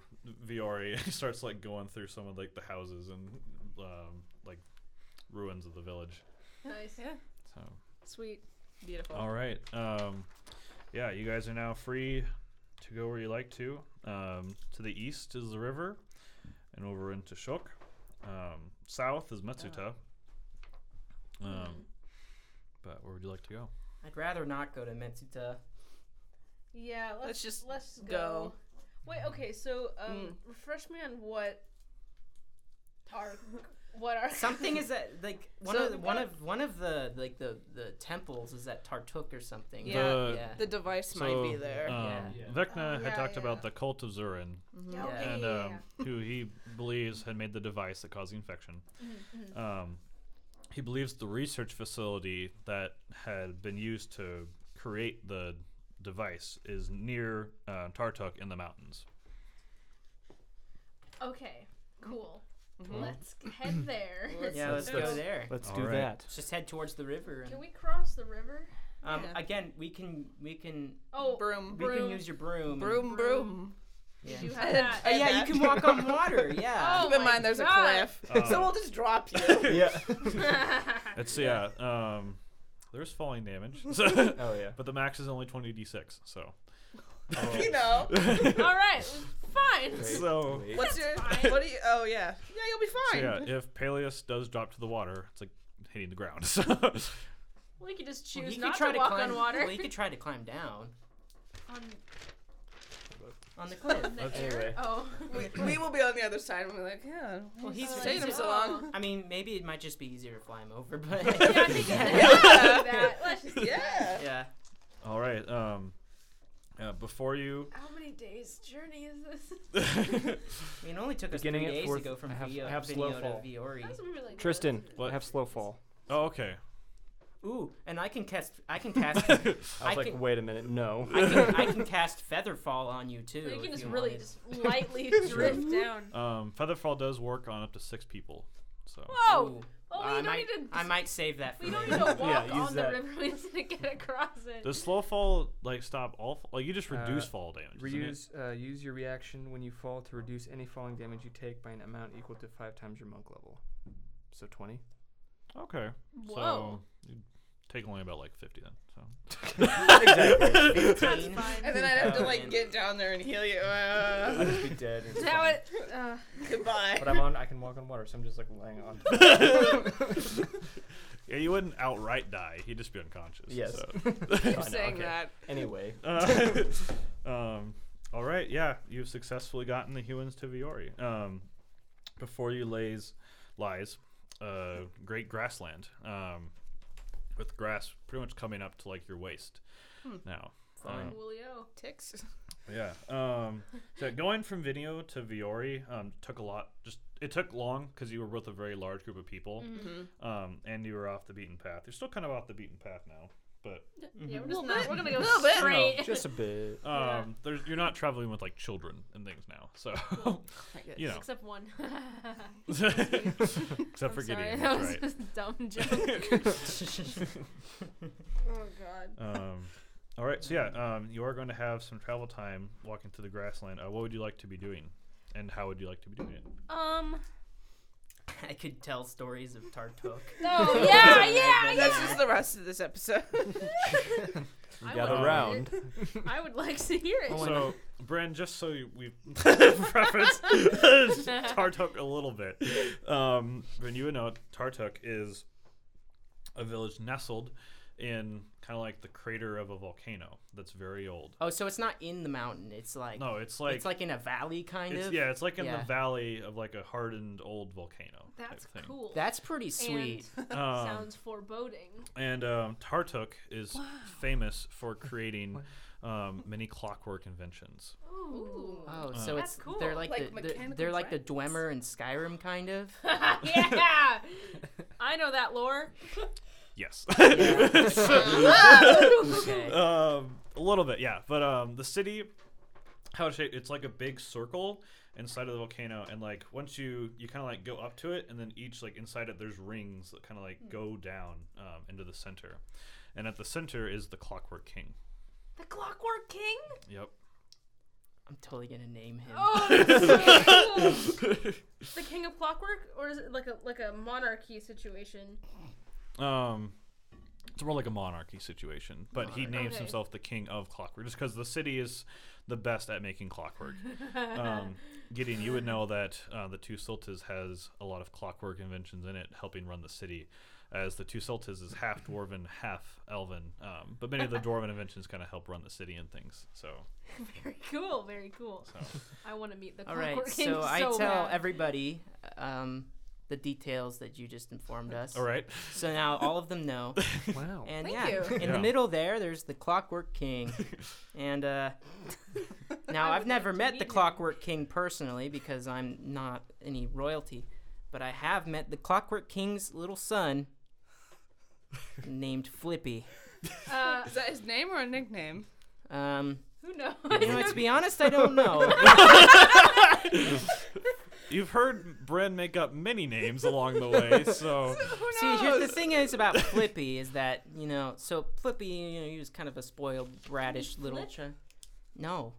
S1: Viore and he starts like going through some of like the houses and um, like ruins of the village.
S3: Nice. Yeah.
S1: So,
S3: Sweet.
S6: beautiful.
S1: all right, um, yeah, you guys are now free to go where you like to. Um, to the east is the river, and over into Shok. Um, south is Matsuta. Um, but where would you like to go?
S4: I'd rather not go to Metsuta.
S3: Yeah, let's,
S6: Let's just
S3: let's go.
S6: go.
S3: Wait, okay, so um, refresh me on what our what our
S4: Something is that like one
S6: So
S4: of the,
S6: we've
S4: one
S6: got-
S4: of one of the like the the temples is at Tartuk or something.
S6: Yeah.
S1: The-
S4: yeah.
S6: The device might be
S1: So,
S6: there.
S1: Um,
S2: Yeah.
S1: Vecna had
S3: Oh, yeah,
S1: talked
S3: yeah.
S1: about the cult of Zurin,
S3: yeah,
S4: Yeah.
S3: okay,
S1: and
S3: yeah, yeah,
S1: um, who he believes had made the device that caused the infection.
S3: Mm-hmm,
S1: Um, he believes the research facility that had been used to create the device is near uh, Tartuk in the mountains.
S3: yeah. Okay, cool. Let's head there.
S4: yeah, let's go
S1: Let's-
S4: there.
S2: Let's
S1: All
S2: do
S1: right.
S2: that.
S4: Let's just head towards the river. And,
S3: Can we cross the river?
S4: um,
S6: Yeah.
S4: again, we can we can
S3: Oh,
S6: Broom.
S4: we can
S3: Broom.
S4: use your broom. and-
S6: Broom, broom. Uh,
S4: Yeah.
S3: you have that.
S4: Oh, yeah, you can walk on water. Yeah.
S3: Oh
S6: Keep in
S3: my
S6: mind there's
S3: God.
S6: a cliff.
S1: Um,
S6: so we'll just drop you.
S2: yeah.
S1: It's yeah. Um, there's falling damage,
S2: Oh yeah.
S1: but the max is only 20d6. So, oh.
S2: Oh.
S6: you know.
S3: All right, fine.
S1: so,
S2: Wait.
S6: What's your what do you oh yeah. Yeah, you'll be
S1: so
S6: fine.
S1: yeah, if Peleus does drop to the water, it's like hitting the ground. So,
S3: We could just
S4: Well,
S3: choose
S4: you could
S3: not
S4: try
S3: to walk
S4: climb,
S3: on water.
S4: Well, you could try to climb down
S3: on
S4: on the cliff.
S3: the air.
S2: Anyway.
S3: Oh,
S6: We, we will be on the other side and we'll be like, yeah.
S4: Well, he's
S3: Oh,
S6: taking him
S3: he's-
S6: so long.
S4: I mean, maybe it might just be easier to fly him over, but
S3: yeah, I think it's
S6: Yeah.
S3: that. Let's just
S6: Yeah.
S4: yeah.
S1: all right. Um, uh, before you
S3: How many days journey is this?
S4: I mean, it only took us
S2: Beginning
S4: three
S2: at
S4: days
S2: fourth,
S4: to go from
S2: I have-
S4: Vio,
S2: I have
S4: Vinio
S2: slow
S4: to
S2: fall.
S4: Viori.
S3: That's what we were like,
S2: Tristan,
S1: What?
S2: have slow fall.
S1: Oh, okay.
S4: Ooh, and I can cast. I can cast.
S1: I
S4: I
S1: was
S2: I was like,
S4: can,
S2: wait a minute, no.
S4: I can. I can cast Featherfall on you too.
S3: So you
S4: if
S3: can just
S4: you
S3: really
S4: wanted.
S3: just lightly drift down.
S1: Um, Featherfall does work on up to six people. So
S3: Whoa!
S4: Ooh.
S3: Oh,
S4: Well,
S3: we
S4: I
S3: don't
S4: might.
S3: need to.
S4: I might save that for
S3: We don't
S4: later.
S3: need to walk
S2: Yeah, use
S3: on the
S2: that.
S3: river. We just need to get across it.
S1: does slow fall like stop all? Fall? Like you just reduce
S2: Uh,
S1: fall damage. doesn't it?
S2: Reuse, uh, use your reaction when you fall to reduce any falling damage you take by an amount equal to five times your monk level. So 20?
S1: Okay.
S3: Whoa.
S1: So you take only about like fifty then. So
S2: exactly.
S4: Fifteen.
S6: And then I'd have to
S4: Oh,
S1: Uh,
S6: like
S4: man.
S6: get down there and heal you.
S2: I'd
S6: Uh,
S2: just be dead. and
S3: Is
S2: it's
S3: that
S2: fine.
S3: what? Uh,
S6: goodbye.
S2: But I'm on, I can walk on water, so I'm just like laying on.
S1: yeah, you wouldn't outright die. You'd just be unconscious.
S2: Yes.
S1: so.
S2: Fine,
S6: saying
S2: okay.
S6: that.
S2: Anyway.
S1: Uh, um, all right, yeah, you've successfully gotten the humans to Viori. Um, before you lays lies uh, great grassland um, with grass pretty much coming up to like your waist now. Um,
S4: Fine.
S3: Julio.
S6: Ticks.
S1: Yeah. Um, so going from Video to Viori um, took a lot. Just it took long because you were with a very large group of people,
S6: Mm-hmm.
S1: um, and you were off the beaten path. You're still kind of off the beaten path now, but
S3: Yeah, we're just not. We're gonna go
S6: Little bit.
S3: straight.
S2: Just a bit.
S3: Yeah.
S1: um, there's, you're not traveling with like children and things now. So you know,
S3: Except one.
S1: except for
S3: I'm sorry,
S1: Gideon,
S3: that
S1: that's
S3: was
S1: right?
S3: just a dumb joke.
S6: Oh god.
S1: Um, all right, so yeah, um, you are going to have some travel time walking through the grassland. Uh, what would you like to be doing, and how would you like to be doing it?
S3: um.
S4: I could tell stories of Tartok.
S3: No. Yeah.
S4: Sorry,
S3: Yeah.
S4: I
S3: Yeah.
S6: That's just the rest of this episode.
S3: I
S2: Gather
S3: would-
S2: round.
S3: I would like to hear it.
S1: so, Bren, just so you, we preference Tartuk a little bit, um, Bren, you would know Tartuk is a village nestled in kind of like the crater of a volcano that's very old.
S4: Oh, so it's not in the mountain. It's like.
S1: No, it's like,
S4: it's like in a valley, kind
S1: it's-
S4: of.
S1: yeah, it's like in the
S4: Yeah.
S1: valley of like a hardened old volcano. type
S3: That's
S1: thing.
S3: cool.
S4: That's pretty sweet.
S3: And
S1: Um,
S3: sounds foreboding.
S1: And um, Tartuk is famous for creating um, many clockwork inventions.
S3: Ooh.
S4: Oh, so
S1: Uh,
S4: it's
S3: That's cool.
S4: they're like,
S6: Like
S4: the, they're,
S6: mechanical
S4: they're like the Dwemer and Skyrim kind of.
S3: yeah. I know that lore.
S1: Yes.
S4: Okay.
S1: um, a little bit, yeah. But um, the city, how it's shaped, it's like a big circle inside of the volcano, and like once you you kind of like go up to it, and then each like inside it, there's rings that kind of like go down um, into the center, and at the center is the Clockwork King.
S3: The Clockwork King?
S1: Yep.
S4: I'm totally gonna name him.
S3: Oh, that's so cool. the King of Clockwork, or is it like a like a monarchy situation?
S1: Um, It's more like a monarchy situation, but he names
S3: Okay.
S1: himself the king of clockwork just because the city is the best at making clockwork. um, Gideon, you would know that uh, the Two Sultas has a lot of clockwork inventions in it, helping run the city. As the Two Sultas is half dwarven, half elven, um, but many of the dwarven inventions kind of help run the city and things. So,
S3: Very cool, very cool.
S1: so
S3: I want to meet the
S4: All
S3: clockwork
S4: right,
S3: king
S4: so I tell
S3: bad.
S4: everybody um, the details that you just informed us.
S1: all right,
S4: So now all of them know.
S2: Wow.
S4: And
S3: Thank
S4: yeah,
S3: you.
S4: in
S1: Yeah.
S4: the middle there, there's the Clockwork King. and uh, now
S3: I
S4: I've
S3: would
S4: never
S3: like to
S4: met
S3: meet
S4: the
S3: him.
S4: Clockwork King personally because I'm not any royalty, but I have met the Clockwork King's little son named Flippy.
S3: Uh,
S6: Is that his name or a nickname?
S4: Um,
S3: who knows?
S4: you know, to be honest, I don't know.
S1: you've heard Bren make up many names along the way. So,
S4: See, here's the thing is about Flippy is that you know, so Flippy, you know, he was kind of a spoiled, bratish little.
S3: flip?
S4: Ch- no,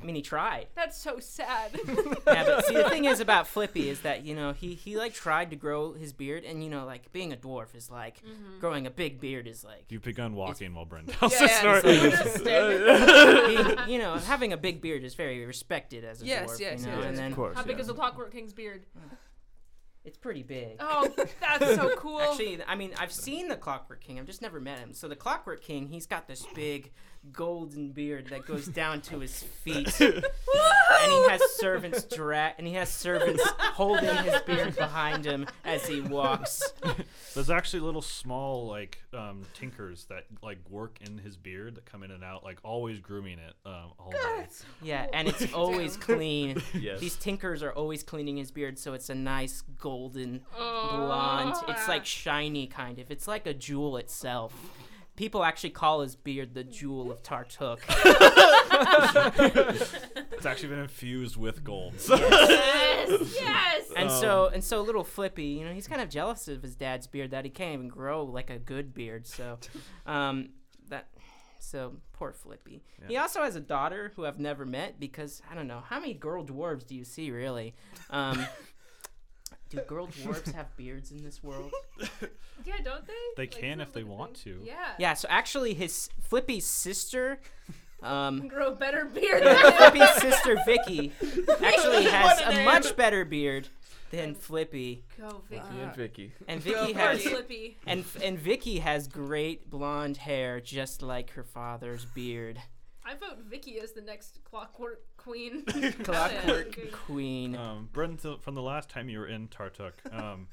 S4: I mean he tried.
S3: That's so sad.
S4: yeah, but see, the thing is about Flippy is that you know he he like tried to grow his beard, and you know like being a dwarf is like growing a big beard is like
S1: you've begun walking while Bren tells
S6: Yeah,
S1: the
S6: yeah,
S1: story.
S6: so we're just
S4: being- you know having a big beard is very respected as a
S6: Yes,
S4: dwarf.
S6: yes,
S4: you know,
S6: yes,
S4: and
S6: yes.
S4: then
S2: Of course.
S3: How big
S2: yeah.
S3: is the clockwork king's beard?
S4: it's pretty big.
S3: Oh, that's so cool.
S4: Actually, I mean, I've seen the Clockwork King. I've just never met him. So the Clockwork King, he's got this big golden beard that goes down to his feet, and he has servants dra- and he has servants holding his beard behind him as he walks.
S1: There's actually little small like um, tinkers that like work in his beard that come in and out, like always grooming it um, all day.
S4: Yeah, and it's always clean.
S2: Yes.
S4: These tinkers are always cleaning his beard, so it's a nice golden
S3: Oh.
S4: blonde. It's like shiny, kind of. It's like a jewel itself. People actually call his beard the jewel of Tartuk.
S1: It's actually been infused with gold.
S3: yes, yes.
S4: And so and so little Flippy, you know, he's kind of jealous of his dad's beard that he can't even grow like a good beard. So um that so poor Flippy. He also has a daughter who I've never met because I don't know, how many girl dwarves do you see really? Um Do girl dwarves have beards in this world?
S3: Yeah, don't they?
S1: they
S3: Like,
S1: can
S3: some
S1: if they
S3: of the
S1: want
S3: things-
S1: to.
S3: Yeah.
S4: Yeah, so actually his Flippy's sister um
S3: Grow better beard. Than
S4: Flippy's sister Vicky actually has
S6: What a
S4: a
S6: name.
S4: much better beard than Flippy.
S3: Go, Vicky.
S2: You and Vicky.
S4: And
S6: Go
S4: Vicky
S6: for
S4: has
S6: it.
S3: Slippy.
S4: And and Vicky has great blonde hair, just like her father's beard.
S3: I vote Vicky as the next Clockwork Queen.
S4: Clockwork Queen.
S1: Um, Bren, th- from the last time you were in Tartuk, um,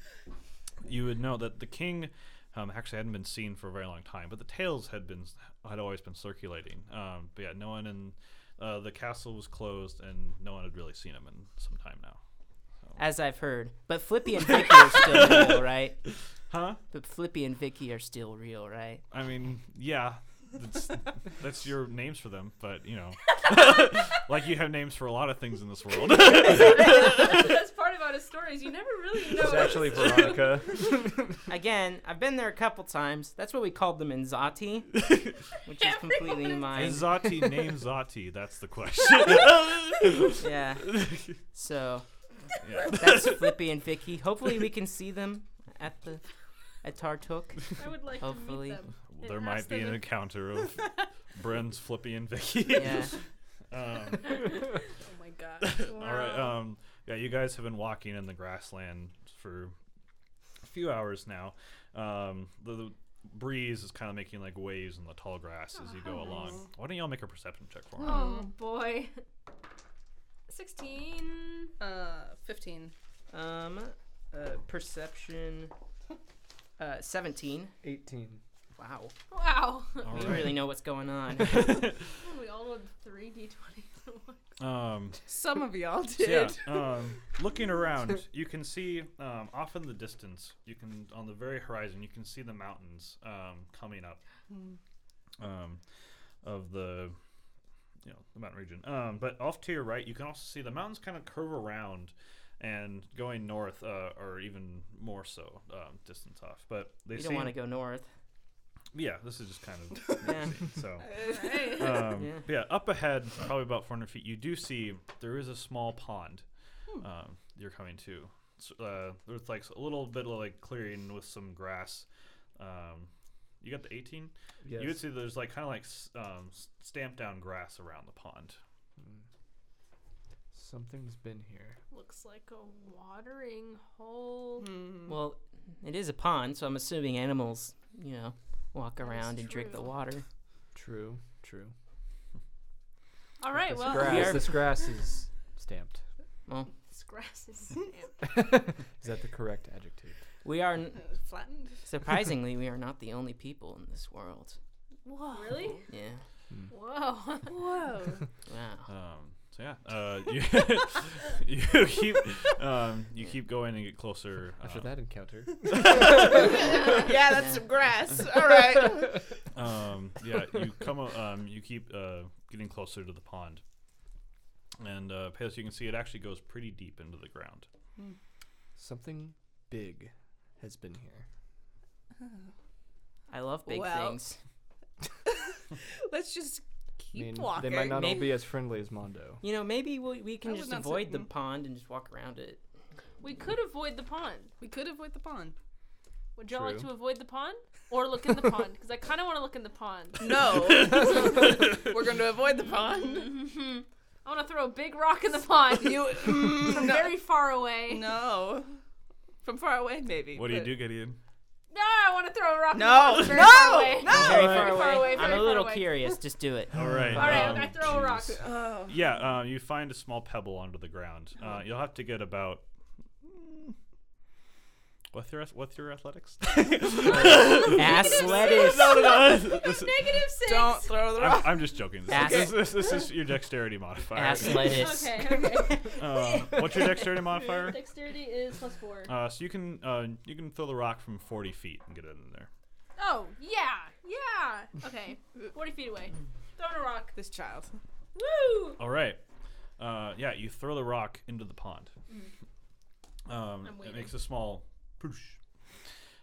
S1: you would know that the king um, actually hadn't been seen for a very long time, but the tales had been had always been circulating. Um, but yeah, no one in uh, the castle was closed, and no one had really seen him in some time now.
S4: As I've heard, but Flippy and Vicky are still real, right?
S1: Huh?
S4: But Flippy and Vicky are still real, right?
S1: I mean, yeah, that's, that's your names for them, but you know, like you have names for a lot of things in this world.
S3: That's part about his stories. You never really know.
S2: It's actually Veronica.
S4: Again, I've been there a couple times. That's what we called them in Zati, which is completely mine.
S1: Is Zati name Zati? That's the question.
S4: Yeah. So
S1: Yeah.
S4: that's Flippy and Vicky. Hopefully, we can see them at the at Tartuk.
S3: I would like
S4: Hopefully.
S3: to meet them.
S1: there
S3: And ask
S1: might be
S3: them
S1: an
S3: if-
S1: encounter of Bren's Flippy and Vicky.
S4: Yeah.
S1: Um,
S5: Oh my god.
S1: all right. Um, yeah, you guys have been walking in the grassland for a few hours now. Um, the, the breeze is kind of making like waves in the tall grass as you go along. Why don't y'all make a perception check for me?
S6: Mm-hmm.
S3: Oh boy. Sixteen.
S6: Uh, 15.
S4: Um, uh, perception. Uh, seventeen.
S2: 18.
S4: Wow.
S3: Wow.
S1: All
S4: You
S1: right.
S4: really know what's going on.
S3: we all rolled three d twenties.
S1: Um,
S6: Some of y'all
S1: So,
S6: did.
S1: yeah, um, looking around, you can see um, off in the distance. You can on the very horizon, you can see the mountains um, coming up
S4: Hmm.
S1: um, of the you know the mountain region. Um, but off to your right, you can also see the mountains kind of curve around and going north, uh, or even more so um, distance off. But they
S4: You
S1: seem,
S4: don't want to go north.
S1: yeah, this is just kind of
S4: Yeah.
S1: so. Um,
S4: Yeah.
S1: but yeah, up ahead, probably about 400 feet, you do see there is a small pond
S4: Hmm.
S1: um, you're coming to. It's, uh, there's like a little bit of like clearing with some grass um, You got the 18.
S2: Yes.
S1: You would see there's like kind of like s- um, s- stamped down grass around the pond.
S2: Something's been here.
S3: Looks like a watering hole.
S6: Mm-hmm.
S4: Well, it is a pond, so I'm assuming animals, you know, walk
S3: is
S4: around and drink the
S3: true.
S4: water.
S2: True, true.
S3: All right,
S2: this
S3: well,
S4: we
S2: grass,
S4: are-
S2: this grass is stamped.
S4: Well,
S3: this grass is.
S2: Is that the correct adjective?
S4: we are n-
S6: Uh, flattened.
S4: surprisingly we are not the only people in this world.
S3: Whoa. Really?
S4: Yeah.
S3: Whoa. Whoa.
S4: Wow.
S1: Um, so yeah, uh, you, you keep um, you keep going and get closer.
S2: After
S1: um,
S2: that encounter,
S6: yeah, that's some grass. All right.
S1: um, yeah, you come. o- Um, you keep uh, getting closer to the pond, and uh, as you can see, it actually goes pretty deep into the ground.
S2: something big has been here.
S4: I love big
S6: Well,
S4: things.
S6: Let's just
S2: I
S6: keep
S2: mean,
S6: walking.
S2: They might not all
S4: Maybe-
S2: be as friendly as Mondo.
S4: You know, maybe we, we can
S6: would
S4: just
S6: not say-
S4: avoid the
S6: mm.
S4: pond and just walk around it.
S3: we could avoid the pond.
S6: We could avoid the pond.
S3: Would y'all like
S2: True.
S3: to avoid the pond or look in the pond? Because I kind of want to look in the pond.
S6: No. We're going to avoid the pond.
S3: I want to throw a big rock in the pond
S6: You. mm,
S3: from
S6: no.
S3: very far away. No,
S6: no. From far away, maybe.
S1: What do you
S6: but-
S1: do, Gideon?
S3: I want to throw a rock. in the
S6: No.
S3: pond very
S6: No.
S3: far away.
S6: No.
S4: Very
S1: Alright.
S4: far
S3: Very
S4: away.
S3: far away, very
S4: I'm a
S3: far
S4: little
S3: away.
S4: curious. Just do it.
S1: All right.
S3: All right,
S1: um,
S3: I throw a rock.
S6: Oh.
S1: Yeah, um, you find a small pebble under the ground.
S3: Oh.
S1: Uh, you'll have to get about. mm, What's your ath- what's your athletics?
S4: Athletics.
S3: Oh,
S1: no, no, no. This-
S3: Negative six.
S6: Don't throw the
S1: I'm,
S6: rock.
S1: I'm just joking. This,
S4: Ass-
S1: this, this, this is your dexterity modifier.
S4: Athletics.
S3: Okay. Okay.
S1: Um, what's your dexterity modifier?
S3: Dexterity is plus four.
S6: Oh.
S1: Uh, so you can uh, you can throw the rock from 40 feet and get it in there.
S3: Oh yeah, yeah. Okay, forty feet away. Throwing a rock.
S6: This child.
S3: Woo!
S1: All right. Uh, yeah, you throw the rock into the pond. Um,
S3: Mm. I'm
S1: it
S3: waiting.
S1: makes a small poosh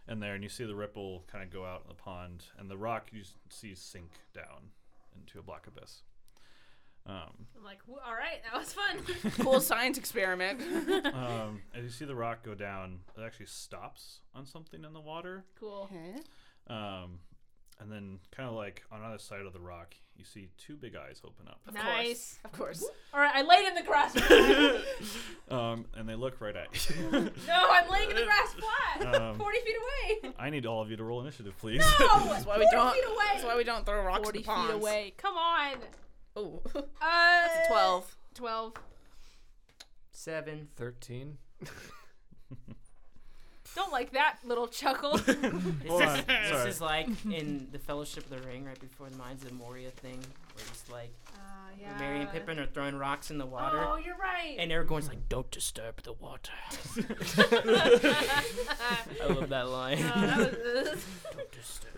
S1: in there, and you see the ripple kind of go out in the pond, and the rock you s- see sink down into a black abyss. Um,
S3: I'm like, "Woo, all right, that was fun.
S6: Cool science experiment.
S1: um, as you see the rock go down, it actually stops on something in the water.
S3: cool.
S1: Um, and then, kind of like on either side of the rock, you see two big eyes open up.
S3: Nice.
S6: Of course.
S3: All right, I laid in the grass.
S1: Um, and they look right at you.
S3: no, I'm laying in the grass flat,
S1: Um,
S3: forty feet away.
S1: I need all of you to roll initiative, please.
S3: No,
S6: That's why we
S3: 40
S6: don't.
S3: feet away.
S6: That's why we don't throw rocks.
S3: Forty
S6: at the ponds.
S3: feet away. Come on.
S6: Oh,
S3: Uh,
S6: twelve.
S3: Twelve.
S4: Seven.
S2: Thirteen.
S3: Don't like that little chuckle.
S1: Hold
S4: This
S1: on,
S4: is, this
S1: sorry.
S4: is like in the Fellowship of the Ring, right before the Mines of Moria thing, where it's like
S6: Uh,
S4: Merry and Pippin are throwing rocks in the water,
S3: Oh, you're right.
S4: and everyone's like, "Don't disturb the water." I love that line.
S3: Oh, that was-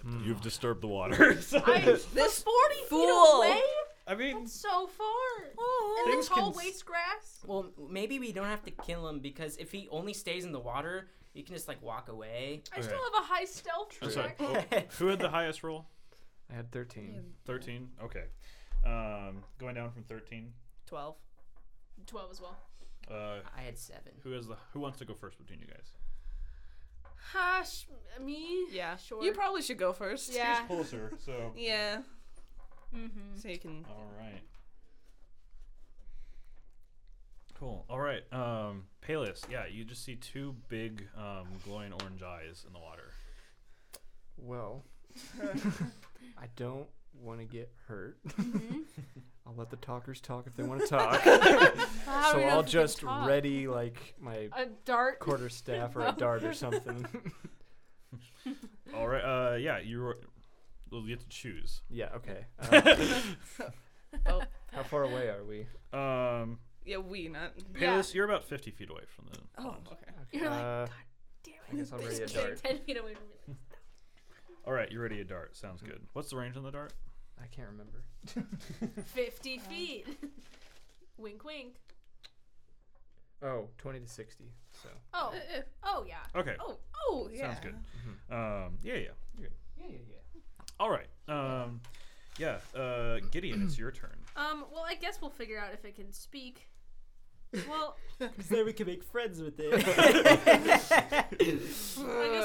S1: You've disturbed the water.
S3: I, this forty
S6: fool.
S3: feet away.
S1: I mean,
S3: So far. and
S1: Things
S3: the tall
S1: can s-
S3: waste grass.
S4: well, maybe we don't have to kill him because if he only stays in the water, you can just like walk away.
S3: I still have a high stealth
S1: I'm sorry.
S3: track.
S1: Oh, who had the highest roll?
S2: I had thirteen.
S1: 13? Okay. Um, going down from 13.
S6: Twelve.
S3: Oh, Twelve as well.
S1: Uh,
S4: I had seven.
S1: who has the who wants to go first between you guys?
S3: Hush, me.
S6: Yeah.
S3: sure.
S6: You probably should go first.
S3: yeah.
S1: Closer, so
S6: Yeah.
S3: Mm-hmm.
S6: So you can.
S1: All right. Cool. All right. Um, Peleus, yeah, you just see two big um, glowing orange eyes in the water.
S2: Well, I don't want to get hurt.
S3: Mm-hmm.
S2: I'll let the talkers talk if they want to talk. so I'll just ready like my
S3: a dart.
S2: quarter staff or a dart or something.
S1: All right. Uh, yeah, you will get to choose.
S2: yeah. Okay. Uh,
S6: Oh,
S2: how far away are we?
S1: Um,
S6: yeah. We not.
S1: Peleus, you're about 50 feet away from the
S6: Oh.
S1: pond.
S6: Okay.
S3: You're like,
S2: Uh,
S3: Damn
S2: I guess I'll
S3: it.
S2: ready a
S3: Just kidding,
S2: dart.
S3: Ten feet away from me. like,
S1: All right, you're ready a dart.
S2: Hmm.
S1: Sounds good. What's the range on the dart?
S2: I can't remember.
S3: Fifty feet. wink, wink.
S2: Oh, 20 to 60. So
S3: Oh, oh yeah.
S1: Okay.
S6: Oh. Oh. Yeah.
S1: Sounds good.
S2: Mm-hmm.
S1: Um, yeah, yeah. You're good.
S2: yeah, yeah, yeah.
S1: All right. Um, yeah, uh, Gideon, it's your turn.
S3: Um. Well, I guess we'll figure out if it can speak. Well,
S4: then we can make friends with it.
S1: Uh.
S3: I guess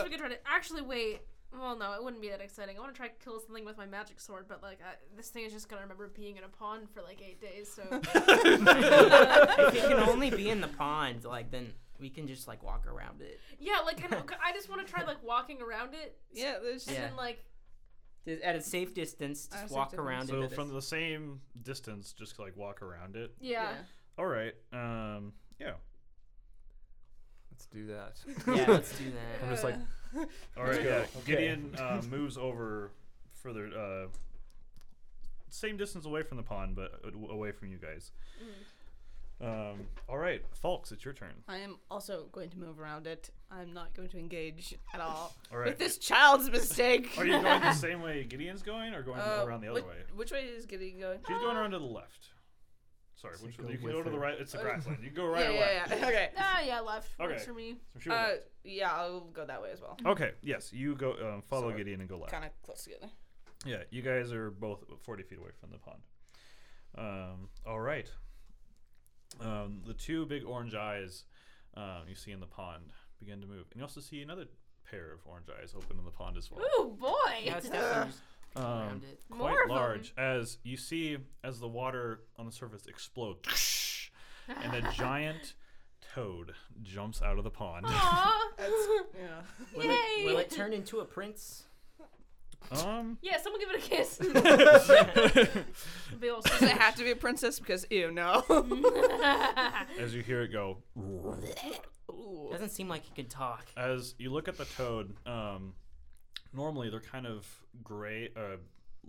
S3: we could try to. Actually, wait. Well, no, it wouldn't be that exciting. I want to try to kill something with my magic sword, but like I, this thing is just gonna remember being in a pond for like eight days. So
S4: if it can only be in the pond, like then we can just like walk around it.
S3: yeah, like I, don't- I just want to try like walking around it,
S6: Yeah, there's
S3: and
S4: Yeah.
S3: then like
S4: Just at a safe distance,
S6: At a
S4: just
S6: safe
S4: walk
S6: distance.
S4: around
S1: So
S4: it.
S1: from the same distance, just like walk around it.
S3: yeah,
S1: All right. Um. Yeah.
S2: Let's do that.
S4: yeah, let's do
S2: I'm
S4: that.
S2: just like,
S1: All right.
S2: go.
S1: Yeah.
S2: Okay.
S1: Gideon uh, moves over further, uh, same distance away from the pond, but a- w- away from you guys.
S6: Mm.
S1: Um, all right, Falks, it's your turn.
S6: I am also going to move around it. I'm not going to engage at all
S1: All right.
S6: with this child's mistake.
S1: Are you going the same way Gideon's going, or going
S6: Uh,
S1: around the other
S6: which,
S1: way?
S6: Which way is Gideon going?
S1: She's going around to the left. Sorry,
S2: So
S1: which
S2: go
S1: you can
S2: with
S1: go to the
S2: her.
S1: right. It's the
S6: Uh,
S1: grassland. You can go right
S6: yeah,
S1: or
S6: yeah,
S1: left.
S6: yeah. Okay.
S3: ah, yeah, left works
S1: Okay.
S3: for me.
S1: So she
S6: Uh,
S1: went
S6: yeah, I'll go that way as well.
S1: left. okay. Yes, you go. Um, follow
S6: Sorry.
S1: Gideon and go left.
S6: Kind of close together.
S1: Yeah, you guys are both 40 feet away from the pond. Um, all right. Um, the two big orange eyes um, you see in the pond begin to move. And you also see another pair of orange eyes open in the pond as well.
S3: Ooh Oh, boy,
S4: Yeah, it's definitely just
S1: Um,
S4: around it.
S1: quite
S3: More of 'em.
S1: large as you see as the water on the surface explodes and a giant toad jumps out of the pond.
S3: Aw.
S6: Yeah.
S4: Will it, will
S3: Yay.
S4: it turn into a prince?
S1: um
S3: yeah, someone give it a kiss. Big ol'
S6: Does it have to be a princess? Because ew, no.
S1: as you hear it go
S6: Ooh.
S4: Doesn't seem like he could talk.
S1: as you look at the toad, um, normally they're kind of gray, uh,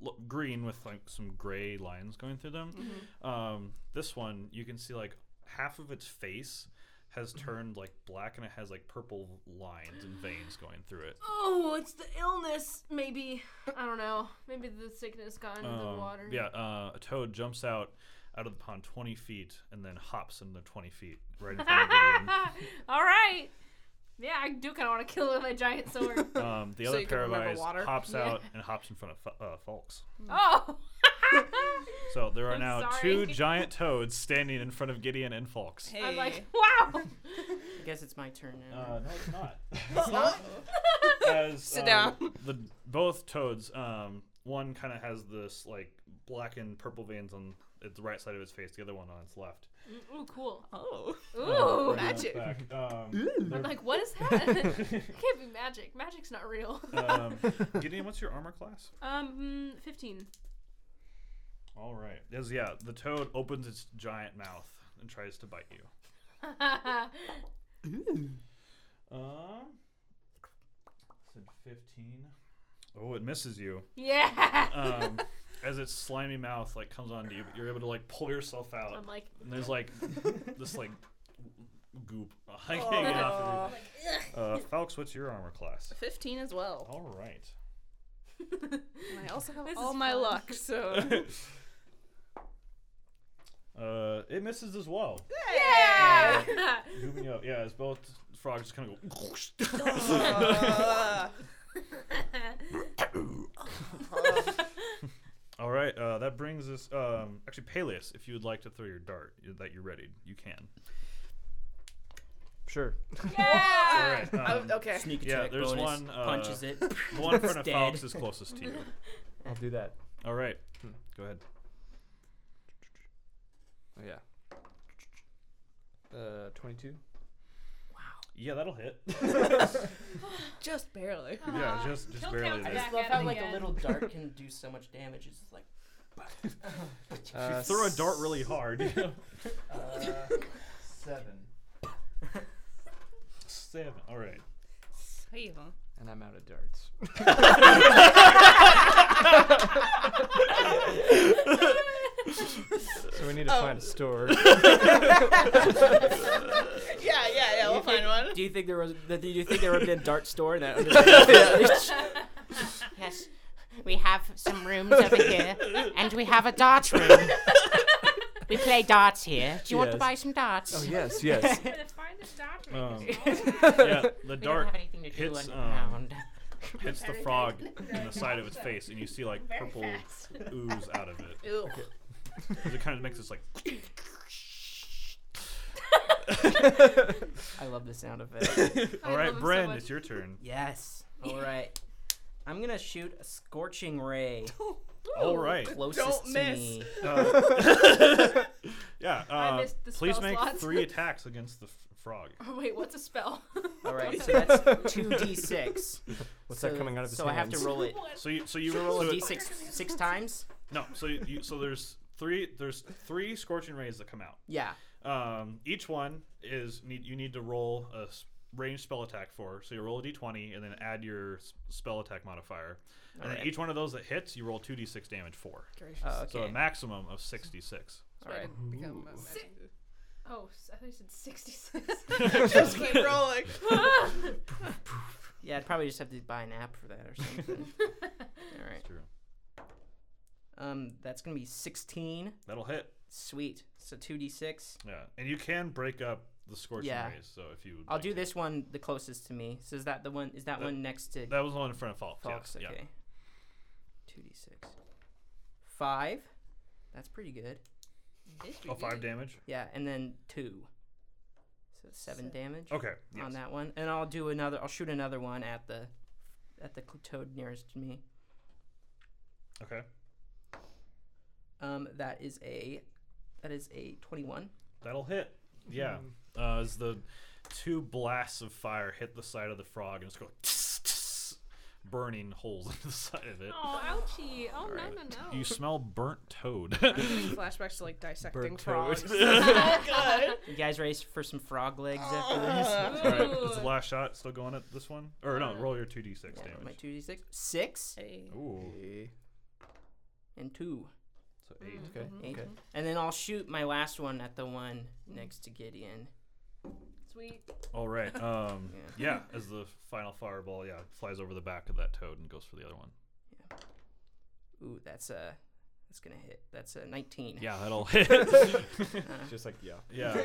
S1: l- green with like some gray lines going through them.
S3: Mm-hmm.
S1: Um, this one, you can see like half of its face has turned like black and it has like purple lines and veins going through it.
S3: Oh, it's the illness, maybe. I don't know. Maybe the sickness got into the
S1: Um,
S3: water.
S1: Yeah, uh, a toad jumps out out of the pond 20 feet and then hops into 20 feet right in front of Gideon.
S3: All right. Yeah, I do kind of want to kill it with my giant sword.
S1: Um, the
S6: So
S1: other
S6: you can
S1: pair of
S6: remember
S1: eyes
S6: water?
S1: hops
S3: Yeah.
S1: out and hops in front of Fo- uh, Falks.
S3: oh.
S1: So there are
S3: I'm
S1: now
S3: sorry.
S1: two giant toads standing in front of Gideon and Falks.
S6: Hey.
S3: I'm like, wow.
S4: I guess it's my turn now.
S1: Uh, no, it's not. it's not. As,
S6: Sit
S1: um,
S6: down.
S1: The both toads. Um, one kind of has this like black and purple veins on at the right side of its face. The other one on its left.
S3: Ooh, cool.
S6: Oh.
S3: Ooh.
S1: right on its
S6: magic.
S1: back. Um,
S3: I'm
S1: they're-
S3: like, what is that? it can't be magic. Magic's not real.
S1: um, Gideon, what's your armor class?
S6: hmm,
S3: Um, mm, 15.
S1: All right. As yeah, the toad opens its giant mouth and tries to bite you. Um, said fifteen. Oh, it misses you.
S3: yeah.
S1: um, as its slimy mouth like comes onto you, but you're able to like pull yourself out,
S3: I'm like,
S1: and there's like this like goop uh,
S6: Oh,
S1: hanging off of you. Uh, Falx, what's your armor class?
S6: 15 as well.
S1: All right.
S6: And I also have
S3: This
S6: all
S3: is
S6: my
S3: fun.
S6: luck, so.
S1: Uh, it misses as well.
S3: yeah.
S1: Moving up, yeah. As both frogs just kind of go.
S6: Uh,
S1: All right. Uh, that brings us. Um, actually, Peleus, if you would like to throw your dart that you readied, you can.
S2: sure.
S1: All
S3: yeah.
S1: right. Um,
S6: okay.
S4: Sneak
S1: yeah,
S4: attack
S1: there's
S4: bonus.
S1: one, uh,
S4: punches it.
S1: The one in front of
S4: Dead.
S1: Falx is closest to you.
S2: I'll do that.
S1: All right. hmm, Go ahead.
S2: Oh, yeah. Uh, 22.
S1: Yeah, that'll hit.
S6: Just barely.
S1: yeah, just just
S3: Kill
S1: barely.
S3: count's
S1: there.
S3: back
S4: Love
S3: at
S4: how
S3: it
S4: like a
S3: again.
S4: little dart can do so much damage. It's just like
S2: Uh,
S1: If you throw a dart really hard. you know.
S7: Seven.
S1: Seven. All right.
S2: And I'm out of darts. so we need to
S3: Oh.
S2: find a store.
S6: yeah, yeah, yeah. We'll find one.
S4: Do you think there was? Do you think there would have been a dart store that?
S8: Yes, we have some rooms over here, and we have a dart room. we play darts here. Do you want to
S2: Yes.
S8: buy some darts?
S2: oh, yes, yes.
S3: Find a doctor.
S1: Um,
S3: All
S1: yeah, the
S8: We don't
S1: dart
S8: have anything to do
S1: hits,
S8: on the
S1: um,
S8: ground.
S1: hits the frog in the side of its face, and you see like purple
S3: fast.
S1: ooze out of it.
S6: Ew.
S1: It kind of makes this like.
S4: I love the sound of it.
S1: All
S3: love
S1: right,
S3: him so
S1: Bren,
S3: much.
S1: it's your turn.
S4: yes. All right. I'm gonna shoot a scorching ray
S1: All right.
S4: closest
S6: Don't
S4: to
S6: miss.
S4: me.
S1: Uh, yeah. Uh,
S3: missed the
S1: please
S3: spell
S1: make
S3: slots.
S1: three attacks against the f- frog.
S3: Oh, wait, what's a spell?
S4: All right, so that's two d6.
S2: What's
S4: So-
S2: that coming out of his
S4: So I have to
S2: hands?
S4: roll it
S1: So you so you roll
S4: so
S1: it.
S4: d6 six times.
S1: No. So you, you so there's three there's three scorching rays that come out.
S4: Yeah.
S1: Um, each one is need you need to roll a s- ranged spell attack for. So you roll a d20 and then add your s- spell attack modifier. and then
S4: Alright.
S1: each one of those that hits, you roll 2d6 damage for.
S4: Oh,
S1: So a
S4: okay.
S1: maximum of 66.
S4: All right.
S6: Become a
S3: Si-
S6: man.
S3: Oh, s- I thought you said 66.
S6: Just keep rolling.
S4: Yeah, I'd probably just have to buy an app for that or something. All right.
S1: True.
S4: Um, that's gonna be 16.
S1: That'll hit.
S4: Sweet. So 2d6.
S1: Yeah. And you can break up the scorching
S4: Yeah.
S1: rays. So if you would
S4: I'll
S1: like
S4: do
S1: to.
S4: this one the closest to me. So is that the one? Is that
S1: That-
S4: one next to
S1: That was the one in front of Falk.
S4: Fox?
S1: yeah,
S4: Okay. 2d6. Five. That's pretty good.
S1: Yeah. Oh, five damage.
S4: Yeah, and then two. So seven damage
S1: Okay. yes.
S4: on that one, and I'll do another. I'll shoot another one at the at the cl- toad nearest to me.
S1: Okay.
S4: Um, that is a that is a 21.
S1: That'll hit. Yeah. Uh, as the two blasts of fire hit the side of the frog and it's going tss, tss, burning holes in the side of it.
S3: oh, ouchie. Oh, no, no, no.
S1: You smell burnt toad.
S6: Flashbacks to like dissecting
S2: Burnt toad.
S6: frogs.
S4: You guys race for some frog legs after this.
S1: Alright,
S3: Ooh.
S1: that's the last shot. Still going at this one? Or no, roll your 2d6
S4: Yeah, my
S1: damage.
S4: 2d6. Six
S6: Hey.
S1: Ooh.
S2: Okay.
S4: and two.
S1: So 8.
S2: Okay.
S4: Eight.
S3: Mm-hmm.
S2: okay.
S4: And then I'll shoot my last one at the one next to Gideon.
S3: Sweet.
S1: All right. Um,
S4: Mm. Yeah.
S1: yeah. as the final fireball, yeah, flies over the back of that toad and goes for the other one.
S4: Ooh, that's a that's gonna hit. That's a Uh-huh. 19.
S1: Yeah, that'll hit.
S2: Just like yeah.
S1: yeah.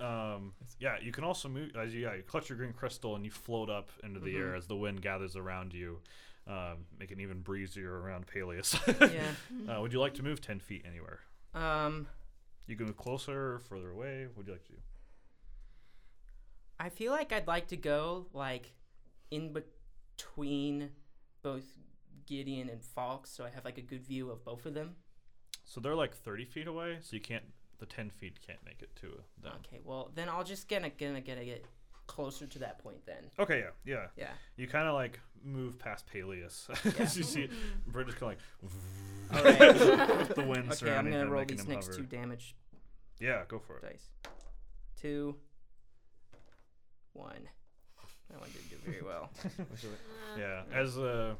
S1: Um, yeah, you can also move as you, yeah, you clutch your green crystal and you float up into the
S4: Mm-hmm.
S1: air as the wind gathers around you, um, making it even breezier around Peleus.
S4: Yeah.
S1: uh, would you like to move 10 feet anywhere?
S4: Um,
S1: You can move closer or further away. What would you like to do?
S4: I feel like I'd like to go like in between both Gideon and Falk, so I have like a good view of both of them.
S1: So they're like 30 feet away, so you can't, the 10 feet can't make it to them.
S4: Okay, well then I'll just gonna gonna gonna get closer to that point then.
S1: Okay, yeah, yeah.
S4: Yeah.
S1: You kind of like move past Peleus as you see We're just kind
S4: All
S1: of like
S4: right.
S1: with the wind
S4: okay, I'm
S1: surrounding
S4: gonna
S1: him,
S4: roll
S1: making
S4: these
S1: him
S4: next
S1: hover.
S4: two damage
S1: Yeah, go for it.
S4: dice. Two. One. That one didn't do very well.
S3: Mm-hmm.
S1: Yeah, as uh,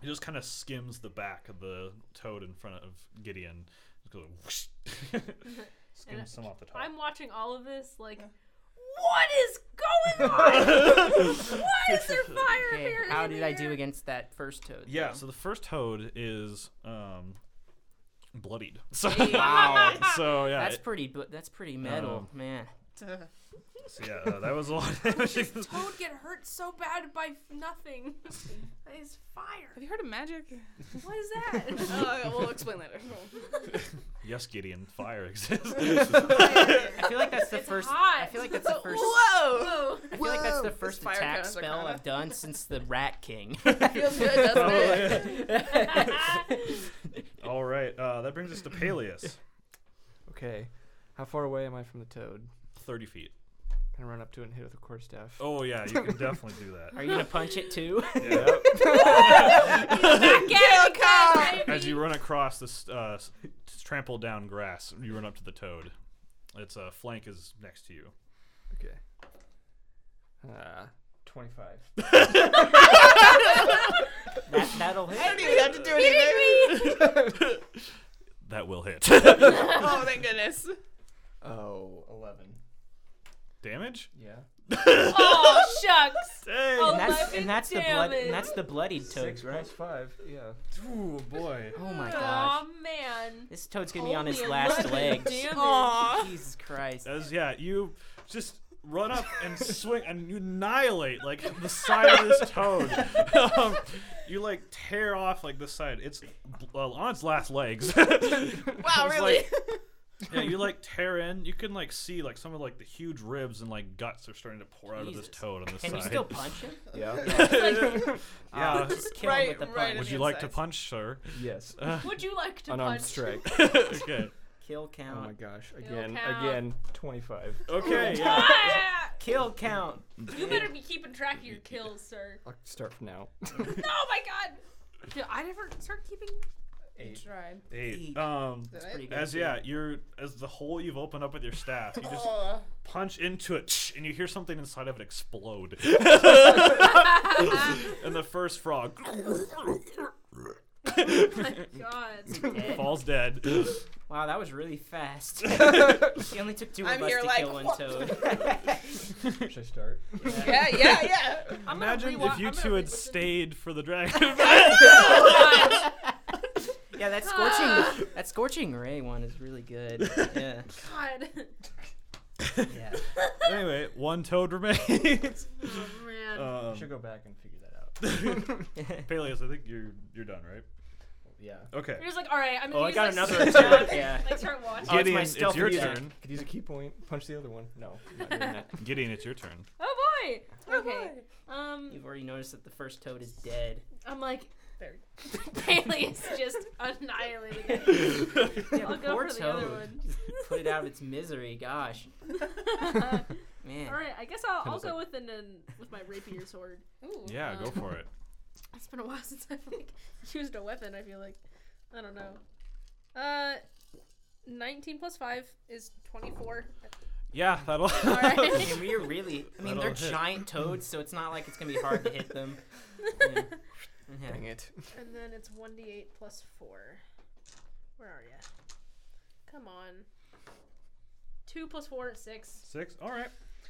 S1: he just kind of skims the back of the toad in front of Gideon. Just goes whoosh. skims some off the top.
S3: I'm watching all of this like, what is going on? Why is there fire
S4: Okay,
S3: here?
S4: how did I do against that first toad?
S1: yeah,
S4: though?
S1: so the first toad is um, bloodied. So,
S4: Wow.
S1: so yeah,
S4: That's
S1: it-
S4: pretty. bu- That's pretty metal,
S1: Oh.
S4: man.
S1: so, yeah, uh, that was a lot. Of damage.
S3: Toad get hurt so bad by f- nothing. that is fire.
S6: Have you heard of magic?
S3: What is that?
S6: uh, we'll explain later.
S1: yes, Gideon, fire exists.
S4: I feel like that's the
S3: It's
S4: first. I
S3: hot.
S4: feel like that's the first.
S6: Whoa!
S3: Whoa.
S4: I feel like that's the first
S6: fire
S4: attack
S6: kinda is
S4: spell
S6: arcana.
S4: I've done since the Rat King.
S6: Feels good, doesn't it?
S1: All right, uh, that brings us to Peleus.
S2: Okay. How far away am I from the toad?
S1: Thirty feet.
S2: Can I run up to it and hit it with a quarter staff?
S1: Oh yeah, you can definitely do that.
S4: Are you gonna punch it too?
S1: Yeah.
S3: Kill
S1: As you run across this uh, s- trampled down grass, you run up to the toad. Its uh, flank is next to you.
S2: Okay. Uh, 25.
S4: that, that'll hit.
S6: don't even have to do anything.
S1: That will hit.
S6: oh, thank goodness.
S2: Oh, 11.
S1: Damage?
S2: Yeah.
S3: Oh, shucks.
S1: Hey!
S3: Oh,
S4: And that's,
S3: Eleven
S4: and that's the blood.
S3: damage.
S4: And that's the bloodied toad,
S2: Six
S4: right?
S2: plus 5. Yeah.
S1: Ooh, boy.
S4: Oh my
S3: Aw,
S4: gosh.
S3: man.
S4: This toad's gonna be on
S3: Only
S4: his last
S3: 11
S4: legs.
S3: damage.
S4: Jesus Christ.
S1: As, yeah, you just run up and swing and you annihilate, like, the side of this toad. um, you, like, tear off, like, this side. It's bl- uh, on its last legs.
S6: Wow,
S1: It's
S6: really?
S1: like- yeah, you like tear in. You can like see like some of like the huge ribs and like guts are starting to pour out of this
S4: Jesus.
S1: toad on this
S4: Can
S1: side.
S4: you still punch him? Ah,
S2: Yeah.
S1: yeah.
S4: Just kill him
S6: Right,
S4: with the punch.
S6: right in
S1: Would
S6: the
S1: you like to
S6: insides.
S1: punch, sir? Uh,
S2: yes.
S3: Would you like to
S2: Unarmed
S3: punch?
S2: strike.
S1: okay.
S4: Kill
S2: Oh
S4: count.
S2: my gosh. Again.
S3: count.
S2: Again. Twenty-five.
S1: Okay. Yeah.
S3: Ah!
S4: Kill count.
S3: You better be keeping track of your kills, sir.
S2: I'll start from now.
S3: Oh my god! Dude, I never start keeping.
S6: Tried.
S1: Eight. Um.
S6: That's
S4: pretty
S1: As yeah, you're as the hole you've opened up with your staff, you just punch into it, and you hear something inside of it explode. and the first frog
S3: God.
S1: falls dead.
S4: Wow, that was really fast. he only took two of
S6: I'm
S4: us
S6: here
S4: to
S6: like,
S4: kill one toad.
S2: Should I start?
S6: yeah, yeah, yeah.
S3: I'm gonna
S1: Imagine
S3: rewa-
S1: if you
S3: I'm
S1: two
S3: gonna
S1: had
S3: rewa-
S1: stayed for the dragon.
S4: yeah, that
S6: Ah.
S4: scorching, that scorching ray one is really good. Yeah,
S3: God.
S4: yeah.
S1: anyway, one toad remains.
S3: Oh man.
S2: I
S1: Um,
S2: should go back and figure that out.
S1: Peleus, I think you're you're done, right?
S2: Yeah.
S1: Okay.
S3: You're just like, all right, I'm gonna
S4: Oh, I
S3: use
S4: got
S3: like,
S4: another
S3: start-
S4: attack. Yeah.
S3: Like start watching.
S4: Oh, it's
S1: Gideon,
S4: my
S1: it's,
S4: stealth
S1: your
S4: attack.
S1: turn.
S2: Could use a key point. Punch the other one. No. I'm not doing that.
S1: Gideon, it's your turn.
S3: Oh boy. Okay. Um,
S4: You've already noticed that the first toad is dead.
S3: I'm like,
S6: There.
S3: Bailey's just annihilating it.
S4: Yeah,
S3: I'll
S4: the
S3: go
S4: poor
S3: for the
S4: toad.
S3: other one.
S4: Put it out of its misery. Gosh, man.
S3: all right, I guess I'll, I'll
S2: was
S3: go with an, an with my rapier sword.
S6: Ooh.
S1: Yeah, go
S3: Um,
S1: for it.
S3: It's been a while since I've like used a weapon. I feel like, I don't know. Uh, 19 plus five is 24.
S1: Yeah, that'll.
S3: All right.
S4: And we are really. I mean,
S1: That'll
S4: they're
S1: hit.
S4: giant toads, so it's not like it's gonna be hard to hit them. Yeah. Yeah.
S2: Dang it.
S3: And then it's 1d8 plus 4. Where are you? Come on. 2 plus 4 is 6.
S1: Six. All right.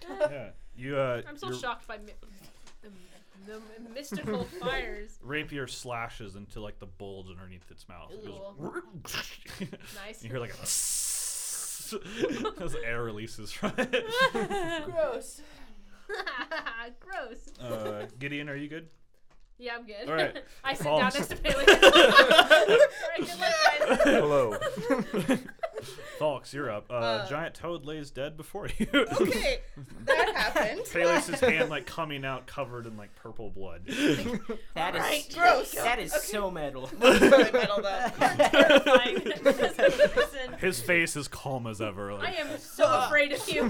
S1: Yeah. You. Uh,
S3: I'm still
S1: your
S3: shocked by mi- the, the mystical fires.
S1: Rapier slashes into like the bulge underneath its mouth. It goes-
S3: Nice.
S1: you hear like a. as air releases from it.
S6: Gross.
S3: Gross.
S1: Uh, Gideon, are you good?
S3: Yeah, I'm good.
S1: All right.
S3: I sit
S1: Falls.
S3: down next to Bailey. Alright, good luck, guys.
S2: Hello.
S1: Falks, you're up. Uh,
S6: Uh,
S1: giant toad lays dead before you.
S6: Okay, that happened.
S1: Peleus' hand like coming out covered in like purple blood.
S4: That is
S6: gross.
S4: That is so metal.
S6: Really metal though.
S3: Listen,
S1: His face is calm as ever.
S3: I
S1: Like,
S3: am so afraid of you.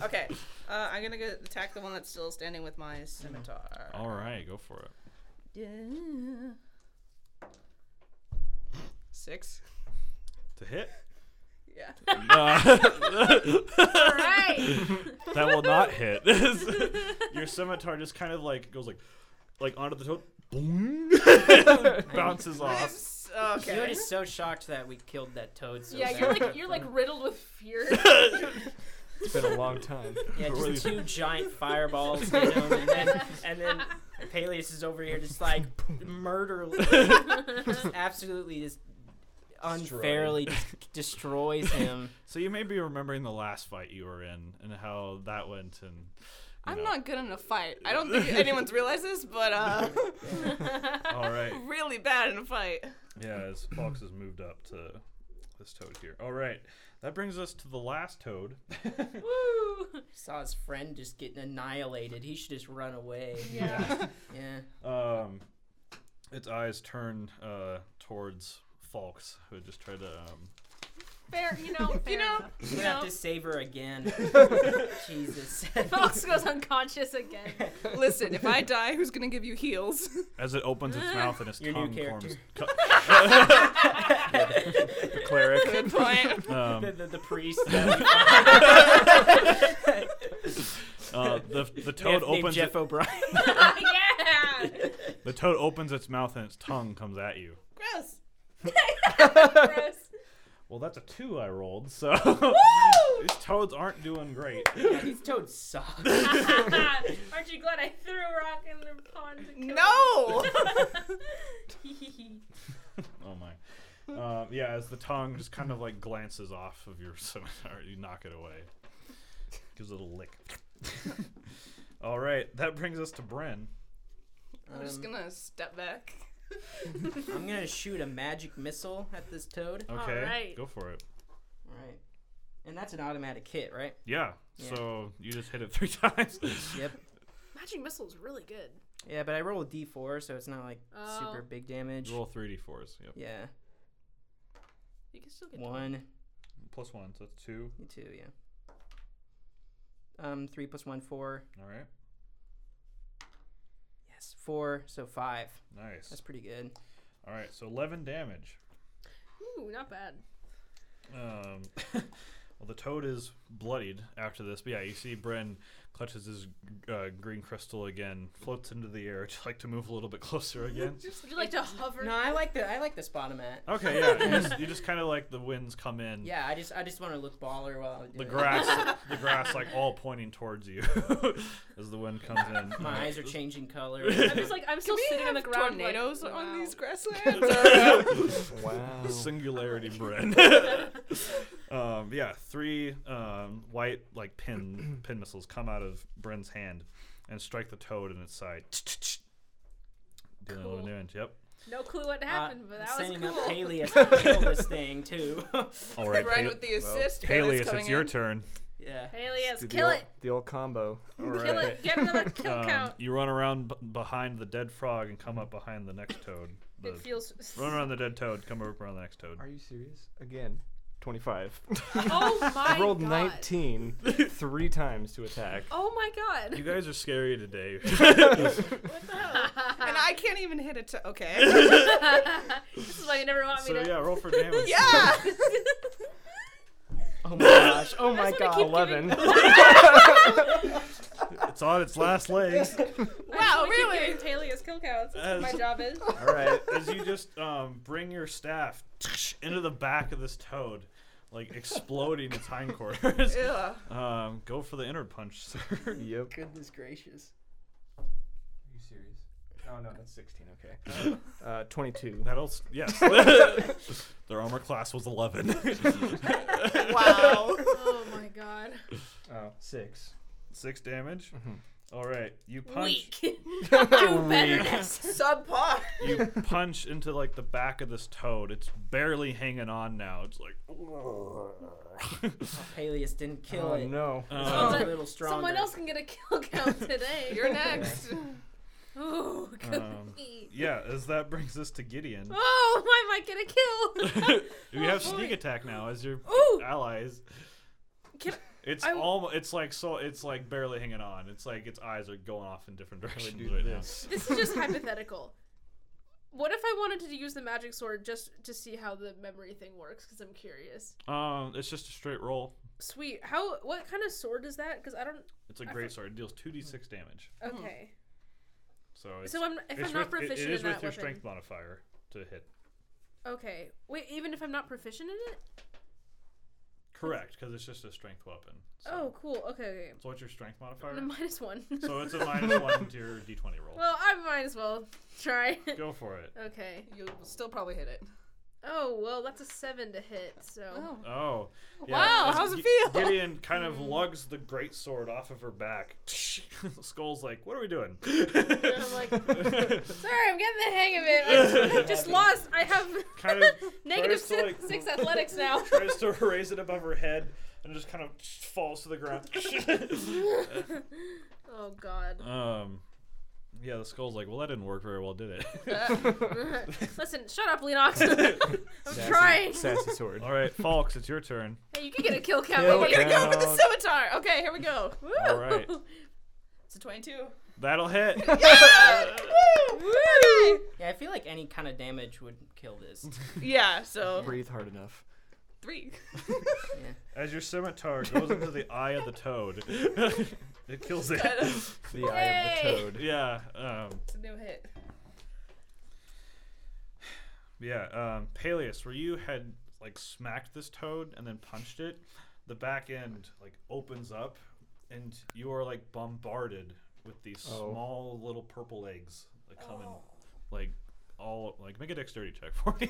S6: Okay, uh, I'm gonna go attack the one that's still standing with my scimitar.
S1: all right, go for it.
S6: Yeah. Six.
S1: To hit.
S6: Yeah.
S1: Uh,
S3: Alright.
S1: that will not hit. Your scimitar just kind of like goes like, like onto the toad, boing, bounces off.
S4: You
S6: okay.
S4: is so shocked that we killed that toad. So
S3: Yeah,
S4: fast.
S3: you're like you're like riddled with fear.
S2: It's been a long time.
S4: Yeah,
S1: Really-
S4: just two giant fireballs hit him, and then, and then Peleus is over here just like murder, just absolutely just unfairly just destroys him.
S1: So you may be remembering the last fight you were in and how that went, and you
S6: I'm
S1: know.
S6: not good in a fight. I don't think anyone's realized this, but uh,
S1: All right.
S6: really bad in a fight.
S1: Yeah, as Fox has moved up to this toad here. All right, that brings us to the last toad.
S3: Woo.
S4: Saw his friend just getting annihilated. He should just run away.
S3: Yeah.
S4: Yeah.
S1: Um, its eyes turn uh, towards Falks, who just tried to. Um,
S3: Fair, you know, you know.
S4: We
S3: You
S4: have
S3: know.
S4: to save her again. Jesus.
S1: Um,
S3: Fox goes unconscious again.
S6: Listen, if I die, who's gonna give you heals?
S1: as it opens its mouth and its
S4: Your new
S1: tongue
S4: character.
S1: forms. co-
S2: The cleric.
S6: good point.
S4: the,
S1: um,
S4: the, the priest. that we-
S1: uh, the the toad
S4: named
S1: opens
S4: Jeff
S1: it,
S4: O'Brien.
S3: yeah.
S1: the toad opens its mouth and its tongue comes at you.
S6: Gross.
S3: Gross.
S1: Well, that's a two I rolled, so these toads aren't doing great.
S4: Yeah, these toads suck.
S3: Aren't you glad I threw a rock in the pond? To kill
S6: No.
S3: him?
S1: Oh my. Um, yeah, as the tongue just kind of like glances off of your scimitar, you knock it away. Gives it a lick. All right, that brings us to Bren.
S6: I'm just
S4: Um,
S6: gonna step back.
S4: I'm gonna shoot a magic missile at this toad.
S1: Okay,
S3: right.
S1: go for it.
S4: And that's an automatic hit, right?
S1: Yeah.
S4: Yeah.
S1: So you just hit it three times.
S4: Yep.
S3: Magic missile's really good.
S4: Yeah, but I roll a d4, so it's not like super
S3: Oh.
S4: big damage.
S1: Roll three d4s. Yep.
S4: Yeah.
S3: You can still get
S4: One,
S1: Plus one, so that's two.
S4: two, yeah. Um, three plus one, four.
S1: All right.
S4: Yes, four, so five.
S1: Nice.
S4: That's pretty good.
S1: All right. So eleven damage.
S3: Ooh, not bad.
S1: Um, well, the toad is bloodied after this, but yeah, you see Bren clutches his uh, green crystal again, floats into the air, just like to move a little bit closer again.
S3: Would you like to hover?
S4: No, I like the I like the spot I'm at.
S1: okay, yeah, you just, you just kind of like the winds come in.
S4: Yeah, I just I just want to look baller while I'm doing
S1: The
S4: it.
S1: grass, the grass, like all pointing towards you as the wind comes in.
S4: My eyes are changing color.
S3: I'm just like I'm still sitting on the ground. like,
S6: tornadoes on
S3: wow.
S6: these grasslands. uh,
S2: Wow.
S1: Singularity, Bren. um, yeah, three um, white like pin pin missiles come out of Bren's hand and strike the toad in its side. Dealing
S3: Cool.
S1: cool. damage. Yep.
S3: No clue what happened, but that was
S4: Uh, sending
S3: cool.
S4: up Peleus to kill this thing too.
S1: All right,
S6: Right
S1: Pal-
S6: with the assist. but
S1: Peleus, it's
S6: coming
S1: your
S6: in.
S1: turn.
S4: yeah.
S3: Alias,
S2: Do the
S3: kill
S2: old-
S3: it,
S2: The old combo.
S1: All
S3: kill it, get another kill
S1: Um,
S3: count.
S1: you run around b- behind the dead frog and come up behind the next toad. The-
S3: It feels.
S1: run around the dead toad, come up around the next toad.
S2: Are you serious? Again, 25.
S3: Oh my
S2: I rolled
S3: god.
S2: 19 three times to attack.
S3: Oh my god.
S1: You guys are scary today.
S2: Oh
S6: And I can't even hit it. To- okay.
S3: this is why you never want me
S1: so
S3: to.
S1: yeah, roll for damage.
S6: yeah.
S4: Oh my gosh. Oh my
S3: I just wanna
S4: god.
S3: keep giving-
S2: 11.
S1: It's on its last legs.
S3: wow, really? Alias kill counts. That's what
S1: As-
S3: my job is.
S2: All right.
S1: As you just um, bring your staff into the back of this toad, like exploding its hindquarters.
S6: Ugh.
S1: um, go for the inner punch, sir.
S2: Yep.
S4: Goodness gracious.
S2: Are you serious? Oh no, that's 16. Okay. Uh, 22.
S1: That'll s- yes. Their armor class was eleven.
S6: Wow.
S3: oh my god.
S2: Oh, six.
S1: Six damage. All right, you punch.
S3: Weak. Do better next.
S6: Subpar.
S1: You punch into like the back of this toad. It's barely hanging on now. It's like
S4: Peleus didn't kill
S2: Oh
S4: it.
S2: no.
S1: um,
S4: It's a little stronger.
S3: Someone else can get a kill count today.
S6: You're next.
S3: Ooh, good
S1: Um,
S3: grief.
S1: yeah. As that brings us to Gideon.
S3: Oh, I might get a kill.
S1: you have sneak attack now as your
S3: Ooh.
S1: allies.
S3: Can-
S1: it's
S3: I-
S1: almost. It's like so. It's like barely hanging on. It's like its eyes are going off in different directions
S2: do
S1: right
S2: this.
S3: this is just hypothetical. What if I wanted to use the magic sword just to see how the memory thing works? Because I'm curious.
S1: now. Um, it's just a straight roll.
S3: Sweet. How? What kind of sword is that? Because I don't.
S1: It's a great sword. It deals two d six damage.
S3: Okay.
S1: So it's,
S3: So I'm. If
S1: it's
S3: I'm not
S1: with- it-
S3: proficient
S1: it is
S3: in that
S1: with your
S3: weapon.
S1: strength modifier to hit.
S3: Okay. Wait. Even if I'm not proficient in it.
S1: Correct, because it's just a strength weapon. So,
S3: Oh, cool. Okay. okay.
S1: so what's your strength modifier?
S3: And a minus one.
S1: So it's a minus one to your d20 roll.
S3: well, I might as well try.
S1: Go for it.
S3: okay.
S6: You'll still probably hit it.
S3: Oh well, that's a seven to hit. So.
S1: Oh. yeah,
S6: Wow,
S1: as
S6: how's it
S1: Gi-
S6: feel?
S1: Gideon kind
S3: Mm-hmm.
S1: of lugs the great sword off of her back. Skull's like, what are we doing?
S3: I'm like, sorry, I'm getting the hang of it. I just lost. I have
S1: kind of
S3: negative
S1: tries to, like,
S3: six, six athletics now.
S1: tries to raise it above her head and just kind of falls to the ground.
S3: Oh God.
S1: um, yeah, the skull's like, well, that didn't work very well, did it?
S3: Listen, shut up, Leenox. I'm trying.
S2: Sassy sword.
S1: All right, Falks, it's your turn.
S3: Hey, you can get a kill count.
S2: Kill
S3: baby.
S6: We're gonna go with
S1: Uh,
S6: the
S2: Um,
S6: scimitar. Okay, here we go. Woo.
S1: All right,
S6: It's a 22.
S1: that'll hit.
S4: Yeah, I feel like any kind of damage would kill this.
S6: Yeah, so
S2: Breathe hard enough.
S6: three.
S1: As your scimitar goes into the eye of the toad, it kills it.
S2: The eye
S3: Yay!
S2: of the toad.
S1: Yeah, um,
S6: It's a new hit.
S1: yeah. Um, Peleus, where you had like smacked this toad and then punched it, the back end like opens up, and you are like bombarded with these
S2: Oh.
S1: small little purple eggs that come
S3: Oh.
S1: in, like all like make a dexterity check for me.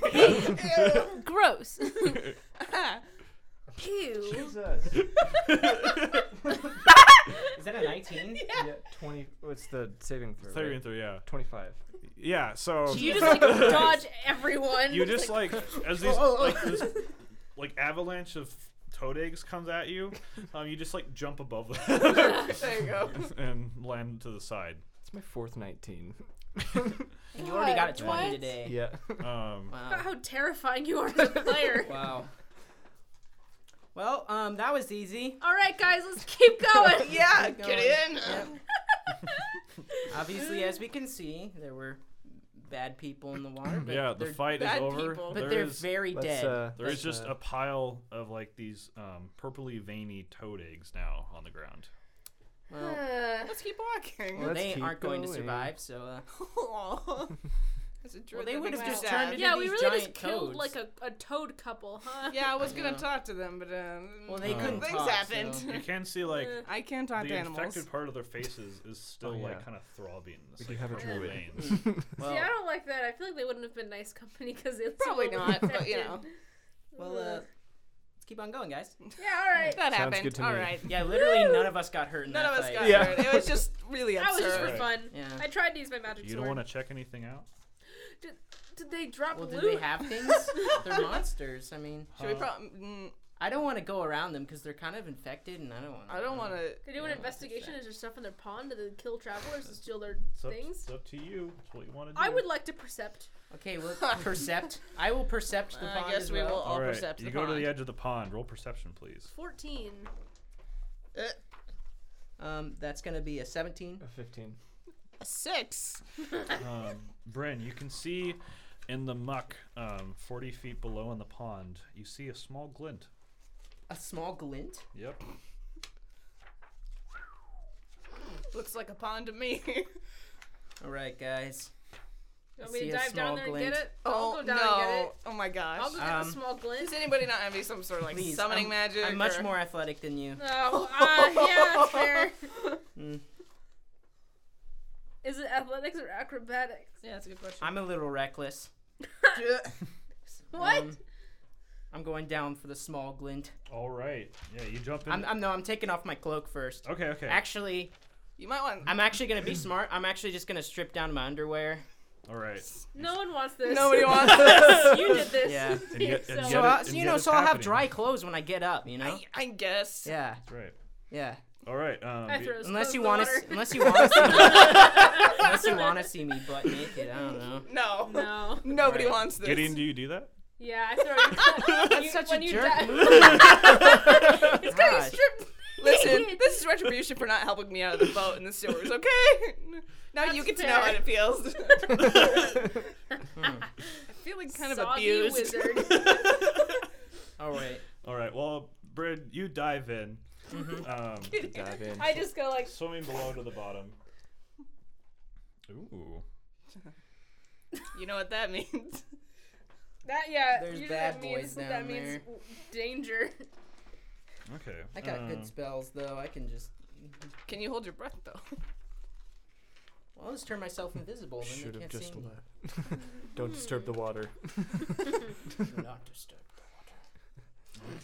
S3: Gross. Ew.
S2: Jesus.
S4: Is that a 19?
S2: yeah, 20. What's the saving throw?
S1: Thirty
S2: right?
S1: and three, yeah,
S2: 25.
S1: yeah. So
S3: You just like Oh, dodge everyone.
S1: you just like as these like this like avalanche of toad eggs comes at you, um, you just like jump above
S6: There you go.
S1: and land to the side.
S2: It's my fourth 19.
S4: And you already got a
S3: What?
S4: 20
S3: What?
S4: today.
S2: Yeah.
S1: Um,
S4: Wow.
S3: Forgot how terrifying you are as a player.
S4: wow. Well, um, that was easy.
S3: All right, guys, let's keep going.
S6: yeah,
S4: Keep
S6: get
S4: going.
S6: in.
S4: Obviously, as we can see, there were bad people in the water. But
S1: yeah, the
S4: they're,
S1: fight is
S6: bad
S1: over.
S6: people.
S4: But
S1: there
S4: they're
S1: is
S4: very
S2: Let's,
S4: dead.
S2: uh,
S1: there is
S2: let's,
S1: just
S2: uh,
S1: a pile of like these um, purpley veiny toad eggs now on the ground.
S4: well,
S3: Uh,
S6: Let's keep walking.
S4: well,
S2: let's
S4: they
S2: keep
S4: aren't going to
S2: going.
S4: survive. So, uh,
S6: That's a
S4: well, they would have
S3: makes
S4: just
S3: me
S4: turned into
S3: yeah, we
S4: these
S3: really
S4: giant
S3: just killed
S4: toads.
S3: like a, a toad couple, huh?
S6: Yeah, I was
S4: Yeah.
S6: gonna talk to them, but um,
S4: Well, they
S1: Uh,
S4: couldn't
S6: things
S4: talk,
S6: happened.
S4: so-
S1: You can see like
S3: Uh,
S6: I can talk
S1: the
S6: to animals.
S1: infected part of their faces is still
S2: Oh,
S1: like
S2: yeah.
S1: kind of throbbing. It's,
S2: We do
S1: like,
S2: have a
S1: purple
S2: druid.
S1: veins.
S4: Well,
S3: See, I don't like that. I feel like they wouldn't have been nice company because it's
S6: Probably not, but you know
S4: well, uh, let's keep on going, guys.
S3: Yeah, all right.
S6: that
S2: Sounds
S6: happened.
S2: good to
S6: All
S2: me.
S6: right,
S4: Yeah, literally none of us got hurt. In
S6: none
S4: that
S6: of us
S4: fight.
S6: got
S2: Yeah.
S6: hurt. It was just really absurd.
S3: That was just for
S1: Alright.
S3: fun.
S4: Yeah.
S3: I tried to use my magic
S1: You don't
S3: sword.
S1: want to check anything out?
S3: Did they drop
S4: Well,
S3: loot?
S4: did they have things? they're monsters. I mean,
S6: Should we prob- mm,
S4: I don't want to go around them because they're kind of infected, and I don't want.
S6: Uh, I don't want to.
S3: They do an
S4: Yeah,
S3: investigation.
S4: that's
S3: Is there stuff in their pond? Do they kill travelers to steal their
S1: It's up,
S3: things?
S1: it's up to you. It's what you want to do.
S3: I would like to percept.
S4: Um, Okay, well, percept. I will percept the
S6: I
S4: pond
S6: guess
S4: as
S6: we
S4: well.
S6: will all
S1: All right,
S6: percept
S1: you
S6: the
S1: go to
S6: pond.
S1: the uh, edge of the pond. Roll perception, please.
S3: 14.
S4: Um, that's gonna be a 17.
S2: A 15.
S6: Six.
S1: Um, Bryn, you can see in the muck, um, 40 feet below in the pond, you see a small glint.
S4: A small glint.
S1: Yep.
S6: Looks like a pond to me.
S4: All right, guys.
S3: You
S4: I
S3: want me
S4: see
S3: to
S4: a
S3: dive
S4: small
S3: down there and
S4: glint.
S3: get it? I'll go down and get it.
S6: Oh my gosh.
S3: I'll go get
S4: Um,
S3: the small glint.
S6: Does anybody not have any some sort of like
S4: Please,
S6: summoning
S4: I'm-
S6: magic?
S4: I'm much
S6: or-
S4: more athletic than you.
S3: Oh,
S6: ah,
S3: uh, yeah, that's fair.
S4: Mm.
S3: Is it athletics or acrobatics?
S6: Yeah, that's a good question.
S4: I'm a little reckless.
S3: What?
S4: Um, I'm going down for the small glint.
S1: All right. Yeah, you jump in.
S4: I'm, I'm no, I'm taking off my cloak first.
S1: okay, okay.
S4: Actually,
S6: you might want.
S4: I'm actually gonna be smart. I'm actually just gonna strip down my underwear.
S1: All right.
S3: no one wants this.
S6: Nobody wants this.
S3: you did this.
S4: Yeah.
S1: And yet- and yet
S3: So-
S4: So,
S1: it-
S4: I,
S1: and
S4: so
S1: yet
S4: you know,
S1: it's
S4: so I'll have
S1: happening.
S4: dry clothes when I get up. You know.
S6: I, I guess.
S4: Yeah.
S1: That's right.
S4: Yeah.
S1: All right. Um,
S3: I
S1: be-
S3: throw his
S4: Unless
S3: clothes
S4: you
S3: in the
S4: want
S3: water.
S4: to, unless you want to see, me, unless you want to see me butt naked, I don't know.
S6: No.
S3: No.
S6: Nobody
S4: Right.
S6: wants this.
S1: Gideon, do you do that?
S3: Yeah, I throw it.
S4: That's
S3: You-
S4: such
S3: when
S4: a
S3: you
S4: jerk
S3: die-
S4: move.
S3: It's because
S4: God.
S3: you stripped.
S6: Listen, this is retribution for not helping me out of the boat in the sewers, okay? Now you
S3: That's
S6: get to know how
S3: fair.
S6: it feels. Feeling kind of
S3: Soggy
S6: abused.
S3: wizard.
S4: All right.
S1: All right. Well, Bryn, you dive in. Um,
S4: Mm-hmm.
S2: Dive in.
S3: I just go like,
S1: swimming below to the bottom. Ooh.
S6: you know what that means.
S3: that, yeah.
S4: There's
S3: you know
S4: bad
S3: that means,
S4: boys
S3: that
S4: down
S3: means
S4: there.
S3: w- danger.
S1: Okay.
S4: I got
S1: um,
S4: good spells though. I can just,
S6: Can you hold your breath though?
S4: well, I'll just turn myself invisible. Then
S2: Should
S4: they
S2: have
S4: can't
S2: just
S4: see me.
S2: left. Don't disturb the water.
S4: Do not disturb.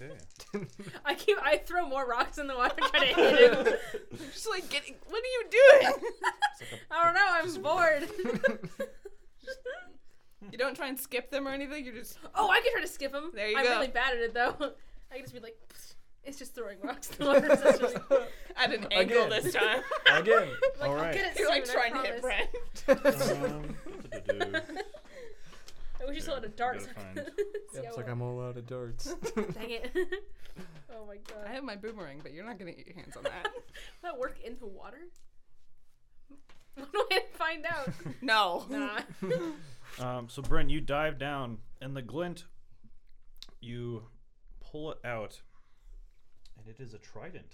S1: Okay.
S3: I keep, I throw more rocks in the water trying to hit him.
S6: Just like getting. What are you doing?
S3: I don't know. I'm bored.
S6: You don't try and skip them or anything. You're just.
S3: Oh, I can try to skip him.
S6: There you
S3: I'm
S6: go.
S3: really bad at it though. I can just be like, it's just throwing rocks. in the water. It's just really-
S6: At an angle
S2: Again.
S6: this time.
S2: Again.
S3: like,
S1: All
S3: I'll
S1: right.
S3: get it
S6: You're like
S3: soon, I
S6: trying to hit
S3: promise.
S6: Brent.
S1: Um, do-do-do.
S3: I wish you still had a
S1: Yeah,
S3: dart.
S1: you
S3: so I
S1: gotta
S3: could see
S2: Yep,
S3: how
S2: it's
S3: well-
S2: like I'm all out of darts.
S3: Dang it. oh my god.
S6: I have my boomerang, but you're not gonna get your hands on that.
S3: that work in the water? What do I find out?
S6: no.
S3: nah.
S1: Um, so Bryn, you dive down, and the glint, you pull it out, and it is a trident.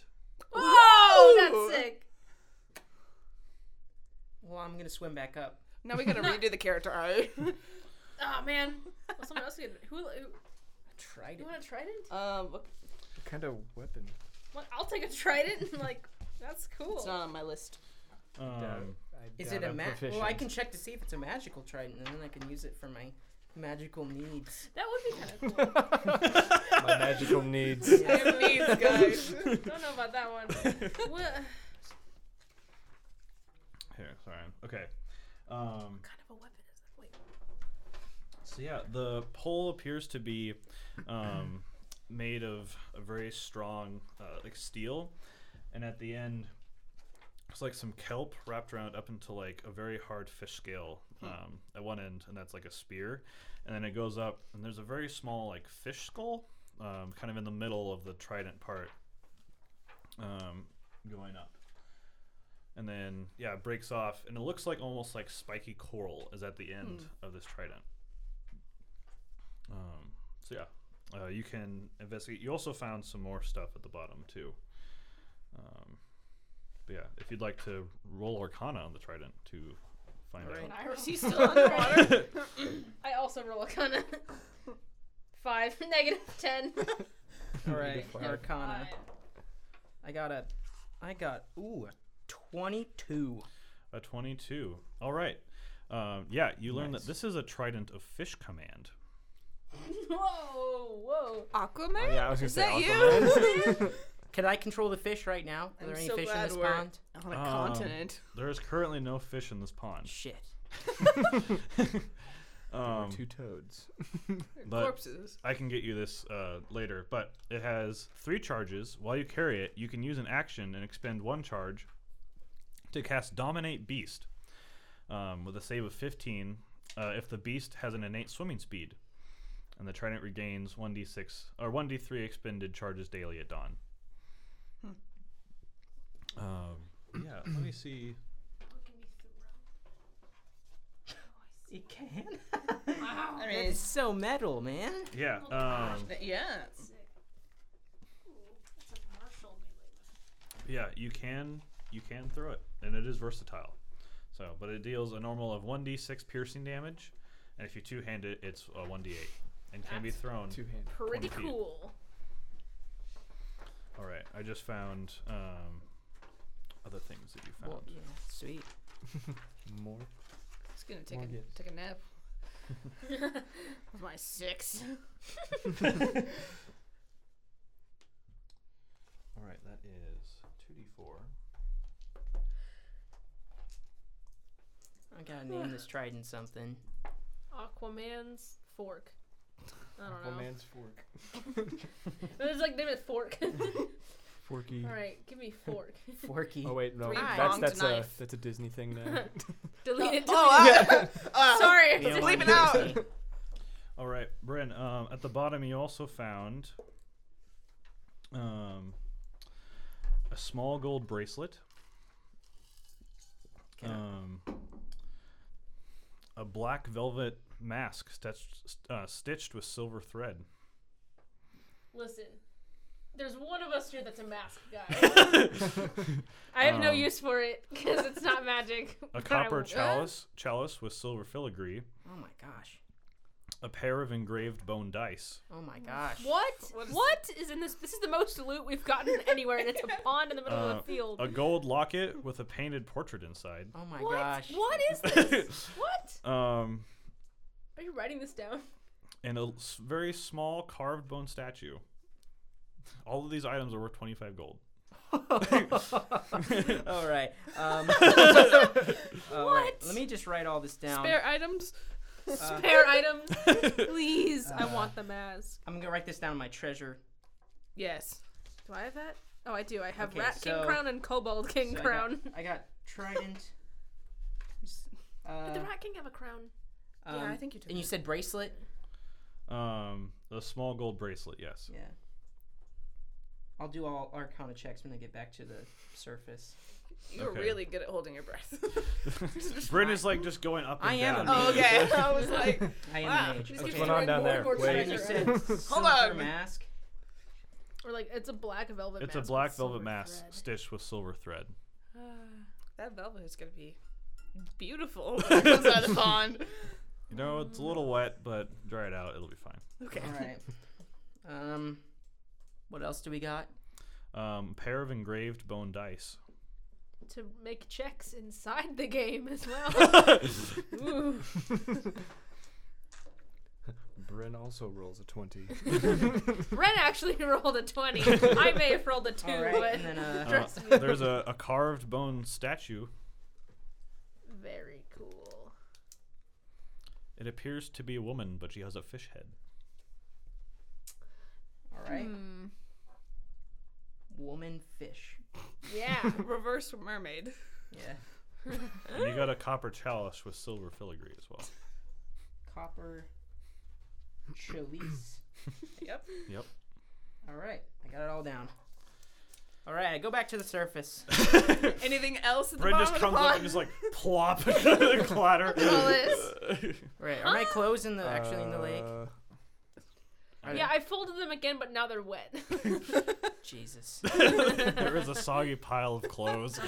S3: Oh, that's sick.
S4: Well, I'm gonna swim back up.
S6: Now we gotta redo the character art.
S3: Oh man. Well, someone else could. Who? who
S4: Tried
S3: you want a trident?
S6: um,
S2: what kind of weapon?
S3: What, I'll take a trident. like that's cool.
S6: it's not on my list.
S1: Um,
S2: I
S4: Is
S2: doubt
S4: it a
S2: I'm
S4: ma- Well, I
S2: proficient.
S4: can check to see if it's a magical trident, and then I can use it for my magical needs.
S3: that would be kind of cool.
S2: My magical needs.
S6: I have needs, guys.
S3: Don't know about that one. but- what
S1: here, sorry. Okay. Um,
S3: kind of a weapon is that? Wait.
S1: so yeah, the pole appears to be um, made of a very strong uh, like steel, and at the end, it's like some kelp wrapped around up into like a very hard fish scale um, at one end, and that's like a spear, and then it goes up, and there's a very small like fish skull, um, kind of in the middle of the trident part, um, going up. And then, yeah, it breaks off, and it looks like almost like spiky coral is at the end of this trident. Um, so yeah, uh, you can investigate. You also found some more stuff at the bottom too. Um, but yeah, if you'd like to roll Arcana on the trident to find out.
S3: And I was still underwater. I also roll a kind of five, negative ten.
S4: All right,
S2: Five.
S4: Arcana.
S3: Five.
S4: I got a, I got ooh, a twenty-two.
S1: A twenty-two. All right. Um, yeah, you learn
S4: Nice.
S1: that this is a trident of fish command.
S3: Whoa, whoa.
S5: Aquaman?
S2: Oh, yeah, I was gonna
S5: Is
S2: say
S5: that
S2: Aquaman.
S4: Can I control the fish right now? Are
S6: I'm
S4: there any
S6: so
S4: fish in
S6: glad
S4: this
S6: we're-
S4: pond?
S6: On a
S1: Um,
S6: continent.
S1: There is currently no fish in this pond.
S4: Shit.
S1: Um,
S2: Two toads.
S1: but-
S6: Corpses.
S1: I can get you this uh, later, but it has three charges. While you carry it, you can use an action and expend one charge to cast Dominate Beast um, with a save of 15 uh, if the beast has an innate swimming speed. And the trident regains 1d6 or 1d3 expended charges daily at dawn. Um, yeah, let me see.
S4: You can.
S6: I mean,
S4: It's so metal, man.
S1: Yeah, um,
S6: it's- yeah.
S1: yeah, you can you can throw it, and it is versatile. So, but it deals a normal of 1d6 piercing damage, and if you two hand it, it's uh, 1d8 and can be thrown.
S2: Two handed.
S1: 20
S3: Pretty
S1: feet.
S3: cool.
S1: All right, I just found um, other things that you
S2: Oh.
S1: found.
S4: Well, yeah, sweet.
S2: More.
S6: It's gonna take
S2: Morgus.
S6: a, take a nap.
S8: My six.
S1: All right, that is 2d4.
S4: I gotta name this trident something.
S3: Aquaman's fork. I don't know.
S2: Aquaman's fork.
S3: It's like name it fork.
S2: Forky.
S3: All right, give me fork.
S4: Forky.
S2: Oh wait, no,
S6: Three
S2: that's
S6: pronged
S2: that's a
S6: knife.
S2: that's a Disney thing now.
S3: delete it. Delete
S6: Oh,
S3: it. Sorry.
S4: We don't
S6: bleep
S4: wanna
S6: it
S4: do
S6: out.
S4: this.
S1: All right, Bryn. Um, at the bottom, you also found um, a small gold bracelet.
S4: Can I-
S1: Um, a black velvet mask stitched, uh, stitched with silver thread.
S3: Listen, there's one of us here that's a mask guy. I have no
S1: Um,
S3: use for it because it's not magic.
S1: A
S3: but
S1: copper
S3: I-
S1: chalice, chalice with silver filigree.
S4: Oh my gosh.
S1: A pair of engraved bone dice.
S4: Oh my gosh.
S3: What?
S6: What is-
S3: what is in this? This is the most loot we've gotten anywhere, and it's a pond in the middle of
S1: Uh,
S3: a field.
S1: A gold locket with a painted portrait inside.
S4: Oh my
S3: what?
S4: gosh.
S3: What is this? what?
S1: Um,
S3: Are you writing this down?
S1: and a s- very small carved bone statue. All of these items are worth 25 gold.
S4: all right. Um, all right.
S3: What?
S4: Let me just write all this down.
S5: Spare items?
S6: Uh,
S3: Spare items, please. I want the mask.
S4: I'm gonna write this down in my treasure.
S5: Yes.
S3: Do I have that? Oh, I do. I have
S4: Okay,
S3: Rat King
S4: so-
S3: Crown and Kobold King
S4: So I got-
S3: Crown.
S4: I got, trident.
S3: Did the
S4: Uh,
S3: Rat King have a crown?
S6: yeah, I
S4: um,
S6: think you took
S4: and you
S6: it.
S4: said bracelet.
S1: Um, a small gold bracelet, yes.
S4: Yeah. I'll do all Arcana checks when I get back to the surface.
S6: You were
S1: Okay.
S6: really good at holding your breath.
S1: Bryn is like just going up and
S4: I am
S1: down.
S4: a mage.
S6: Oh, okay, I was like,
S4: I am
S6: Wow.
S4: an mage.
S3: Just
S4: Okay.
S3: keep
S2: going on
S3: throwing
S2: down
S3: more
S2: there?
S3: and more
S2: Wait.
S4: And
S3: treasure
S4: you
S3: at
S4: said
S6: Hold
S4: silver
S6: on.
S4: mask.
S3: Or like it's a black velvet.
S1: It's
S3: mask
S1: a
S3: with
S1: black
S3: silver
S1: velvet mask
S3: thread.
S1: stitched with silver thread.
S6: Uh, that velvet is gonna be beautiful when it comes out of the pond.
S1: You know, it's a little wet, but dry it out, it'll be fine.
S6: Okay.
S4: All right. Um, what else do we got?
S1: Um, pair of engraved bone dice.
S3: To make checks inside the game as well. Ooh.
S2: Bryn also rolls a twenty.
S3: Ren actually rolled a twenty. I may have rolled a two,
S4: All right, and then
S3: but
S4: uh,
S1: Uh,
S3: trust me,
S1: there's a, a carved bone statue.
S3: very cool.
S1: It appears to be a woman, but she has a fish head.
S4: all
S6: right?
S3: Hmm.
S4: Woman fish.
S3: Yeah.
S6: Reverse mermaid.
S4: Yeah.
S1: And you got a copper chalice with silver filigree as well.
S4: Copper chalice.
S6: Yep.
S1: Yep.
S4: All right, I got it all down. All right, I go back to the surface.
S6: Anything else at the
S1: Bryn
S6: bottom
S1: just
S6: of the
S1: comes up and
S6: pond?
S1: just like plop clatter.
S3: Chalice.
S4: Right, are my clothes in the actually in the lake?
S2: Uh,
S4: Are
S3: Yeah, I folded them again, but now they're wet.
S4: they- Jesus.
S1: there is a soggy pile of clothes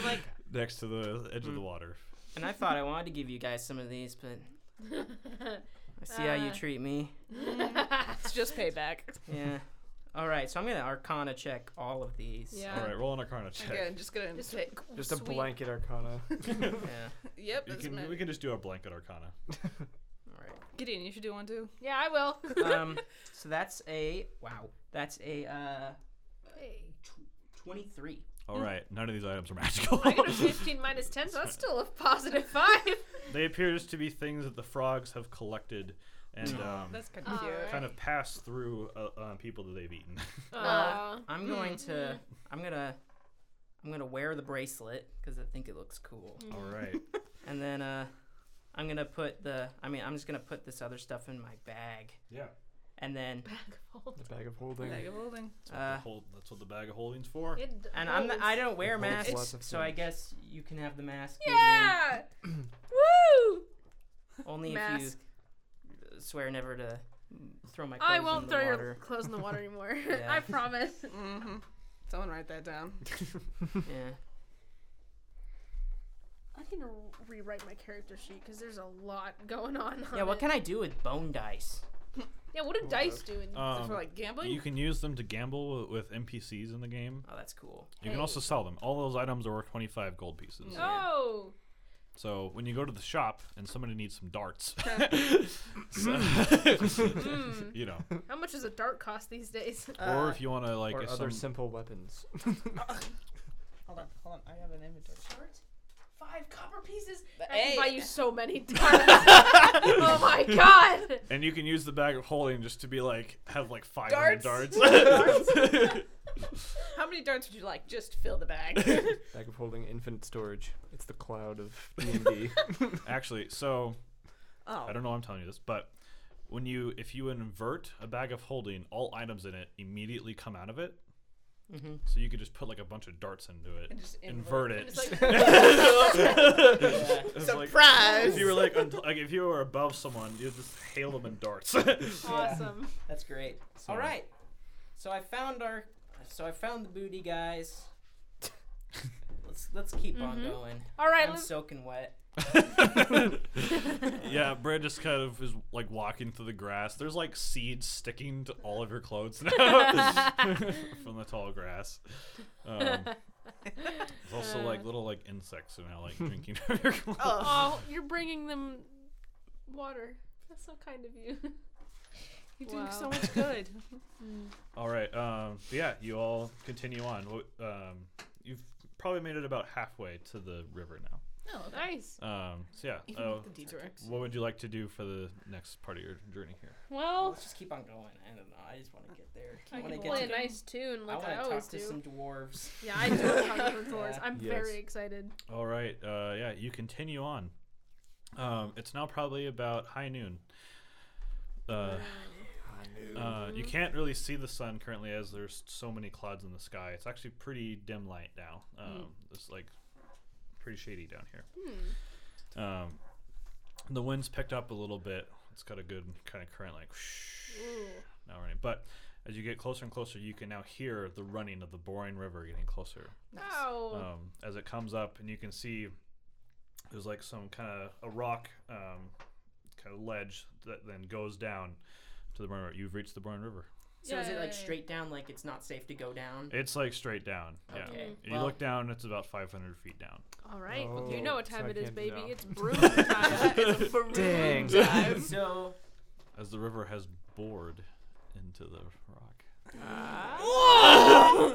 S1: next to the edge of the water.
S4: And I thought I wanted to give you guys some of these, but I see how you
S3: Uh.
S4: treat me.
S6: It's just payback.
S4: Yeah. All right, so I'm gonna Arcana check all of these.
S3: Yeah.
S1: All right, roll an Arcana check.
S6: Again, just gonna
S3: Just-
S6: take.
S2: just a
S3: Sweet.
S2: blanket arcana.
S4: Yeah.
S6: Yep.
S1: You
S6: that's
S1: can,
S6: my-
S1: we can just do our blanket Arcana.
S4: All right.
S6: Gideon, you should do one too.
S3: yeah, I will.
S4: um, so that's a wow. That's a uh, tw- twenty-three.
S1: All right, none of these items are magical.
S3: I got a 15 minus 10, so that's still a positive 5.
S1: they appear just to be things that the frogs have collected and um,
S6: That's kind
S3: All
S6: of cute.
S3: right.
S1: kind of passed through uh, uh, people that they've eaten.
S3: Uh,
S4: I'm going to.
S3: Mm-hmm.
S4: I'm gonna. I'm gonna wear the bracelet because I think it looks cool.
S3: Mm.
S1: All right.
S4: And then uh, I'm gonna put the. I mean, I'm just gonna put this other stuff in my bag.
S1: Yeah.
S4: And then,
S2: the bag of holding.
S6: Bag of holding.
S4: uh,
S1: Hold, that's what the bag of holdings for.
S3: it oh.
S4: and I'm. Not, I
S3: holds.
S4: don't wear
S2: It holds lots
S4: masks,
S2: of
S4: so I
S2: things.
S4: guess you can have the mask. Gideon.
S3: Yeah! Woo!
S4: Only
S3: Mask.
S4: if you swear never to throw my. Clothes
S3: I won't
S4: in
S3: throw
S4: the
S3: your
S4: water.
S3: clothes in the water anymore.
S4: Yeah.
S3: I promise.
S6: Mm-hmm. Someone write that down.
S4: Yeah.
S3: I need to rewrite my character sheet because there's a lot going on.
S4: Yeah. What can I do with bone dice?
S3: Yeah,
S1: Oh,
S3: what do dice do? In-
S1: Um,
S6: For like gambling.
S1: you can use them to gamble with, with NPCs in the game.
S4: Oh, that's cool.
S1: You can also sell them. All those items are worth 25 gold pieces.
S3: oh,
S1: So when you go to the shop and somebody needs some darts, so- you know,
S3: how much does a dart cost these days?
S1: or if you want to like
S2: or
S1: if
S2: other
S1: some-
S2: simple weapons.
S6: Hold on, hold on. I have an inventory.
S3: Five copper pieces. I
S6: Hey.
S3: can buy you so many darts. oh my god!
S1: and you can use the bag of holding just to be like have like 500 darts.
S6: Darts. How many darts would you like? Just fill the bag.
S2: bag of holding, infinite storage. It's the cloud of D&D.
S1: Actually, so
S6: oh.
S1: I don't know why I'm telling you this, but when you if you invert a bag of holding, all items in it immediately come out of it.
S4: Mhm.
S2: Mm-hmm.
S1: So you could just put like a bunch of darts into it,
S6: And just
S1: invert, it.
S6: invert.
S3: It's like
S1: It's like-
S6: Surprise!
S1: if you were like, un- like if you were above someone, you just hail them in darts.
S3: awesome.
S4: That's great.
S1: So-
S4: All right. So I found our. So I found the booty guys. let's let's keep
S3: Mm-hmm.
S4: on going.
S3: All right,
S4: I'm
S3: let's-
S4: soaking wet.
S1: yeah, Brad just kind of is like walking through the grass. There's like seeds sticking to all of your clothes now from the tall grass. Um, there's also like little like insects now like drinking from your clothes.
S3: oh, you're bringing them water. That's so kind of you.
S6: You're
S3: doing so
S6: much good.
S3: Mm.
S1: All right. Um, but yeah, you all continue on. What- Um, you've probably made it about halfway to the river now.
S6: oh, okay.
S3: Nice.
S1: Um, so yeah.
S6: Even
S1: Uh,
S6: with the detour.
S1: what would you like to do for the next part of your journey here?
S3: Well,
S4: Let's just keep on going. I don't know. I just want to get there.
S3: Oh. I
S4: wanna
S3: can
S4: get
S3: play a
S4: to-
S3: nice tune
S4: I
S3: like I,
S4: want to
S3: always
S4: talk to
S3: do.
S4: some dwarves.
S3: Yeah, I do want to talk to dwarves.
S4: Yeah.
S3: I'm
S2: Yes.
S3: very excited.
S1: All right. Uh, yeah, you continue on. Um, it's now probably about high noon. Uh, uh, you can't really see the sun currently as there's so many clouds in the sky. It's actually pretty dim light now. Um, It's like pretty shady down here. Um, the wind's picked up a little bit. It's got a good kind of current, like
S3: Mm.
S1: now running. But as you get closer and closer, you can now hear the running of the boring river getting closer
S3: Oh,
S1: um, as it comes up, and you can see there's like some kind of a rock um, kind of ledge that then goes down to the Bourne River. You've reached the Bourne River.
S4: So is it like
S3: Yay.
S4: straight down? Like it's not safe to go down?
S1: It's like straight down. Yeah.
S4: Okay.
S1: You
S4: Well-
S1: look down, it's about 500 feet down.
S3: all right.
S2: Oh,
S3: you know what
S2: so
S3: time
S2: I
S3: it is,
S2: can't
S3: baby.
S2: know.
S3: It's broom time.
S2: Dang.
S4: so
S1: As the river has bored into the rock.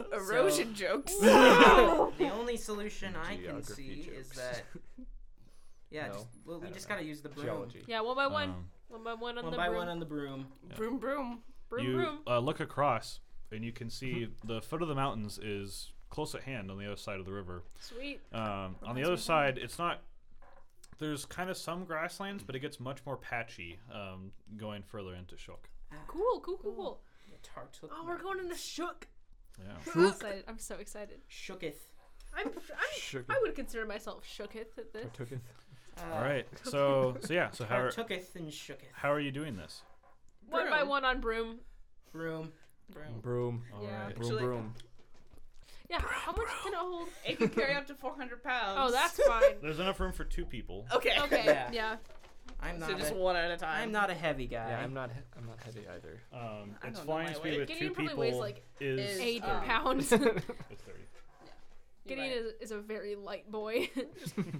S6: Erosion jokes.
S4: the only solution I can
S2: Geography
S4: see is
S2: jokes.
S4: that. Yeah,
S2: No,
S4: just, well, we
S2: don't
S4: just
S2: know.
S4: gotta use the broom.
S2: Geology.
S3: yeah, one by one.
S1: Um,
S3: one by one on
S4: One
S3: the
S4: by
S3: broom.
S4: one on the broom.
S6: broom broom.
S3: broom,
S1: you
S3: broom.
S1: Uh, look across and you can see the foot of the mountains is close at hand on the other side of the river.
S3: Sweet.
S1: Um, on the other side, it's not. There's kind of some grasslands, but it gets much more patchy um, going further into Shulk.
S3: Cool, cool, cool, cool.
S4: Tartuk
S3: Oh, we're going in the shook.
S1: Yeah.
S3: I'm excited. I'm so excited.
S4: shooketh.
S3: I'm, I'm,
S2: Shook.
S3: I would consider myself shooketh at this.
S2: Took it.
S1: All right. So so yeah. So how are,
S4: Uh, Tartuketh and shooketh.
S1: how are you doing this?
S3: One by
S6: Broom.
S3: one on broom.
S4: Room.
S6: Broom.
S2: Broom.
S1: All
S3: Yeah.
S1: right.
S2: Broom,
S6: Actually-
S2: broom.
S3: Yeah, how much can it hold?
S6: It can carry up to 400 pounds.
S3: Oh, that's fine.
S1: There's enough room for two
S4: Oh,
S1: people.
S6: okay.
S3: Okay, yeah.
S4: Yeah. I'm not.
S6: So just
S4: a,
S6: one at a time.
S4: I'm not a heavy guy.
S2: Yeah, I'm not. he- I'm not heavy either.
S1: Um,
S6: I
S1: its
S6: don't know
S1: flying
S6: my
S1: speed
S6: weight.
S1: with
S3: Gideon
S1: two
S3: probably
S1: people
S3: weighs, like,
S1: is,
S6: is-
S3: Eight
S6: um,
S3: pounds.
S1: is thirty.
S6: You're
S3: Gideon
S6: right.
S3: is, is a very light boy.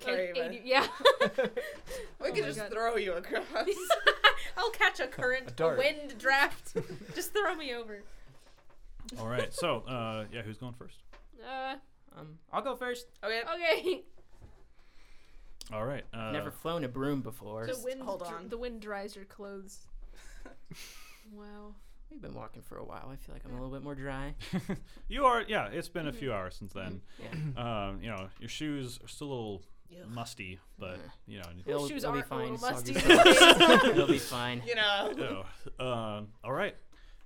S6: carry
S3: like
S6: him in.
S3: 80 yeah.
S6: We
S3: Oh
S6: could
S3: my
S6: just
S3: God.
S6: throw you across.
S3: I'll catch a
S2: A
S3: current, a,
S2: dart.
S3: wind draft. Just throw me over.
S1: All right. So uh, yeah, who's going first?
S3: Uh,
S4: Um, I'll go first.
S6: okay.
S3: okay.
S1: All right. Uh,
S4: Never flown a broom before.
S3: the wind,
S6: hold
S3: dr-
S6: on.
S3: The wind dries your clothes. wow.
S4: We've been walking for a while. I feel like I'm a little bit more dry.
S1: you are. Yeah. It's been a few hours since then.
S4: Yeah.
S1: Um, you know, your shoes are still a little musty, but you know,
S4: It'll,
S3: Shoes
S4: it'll be
S3: aren't a
S4: fine.
S3: little musty.
S4: it'll be fine.
S6: You know.
S1: Oh, um, all right.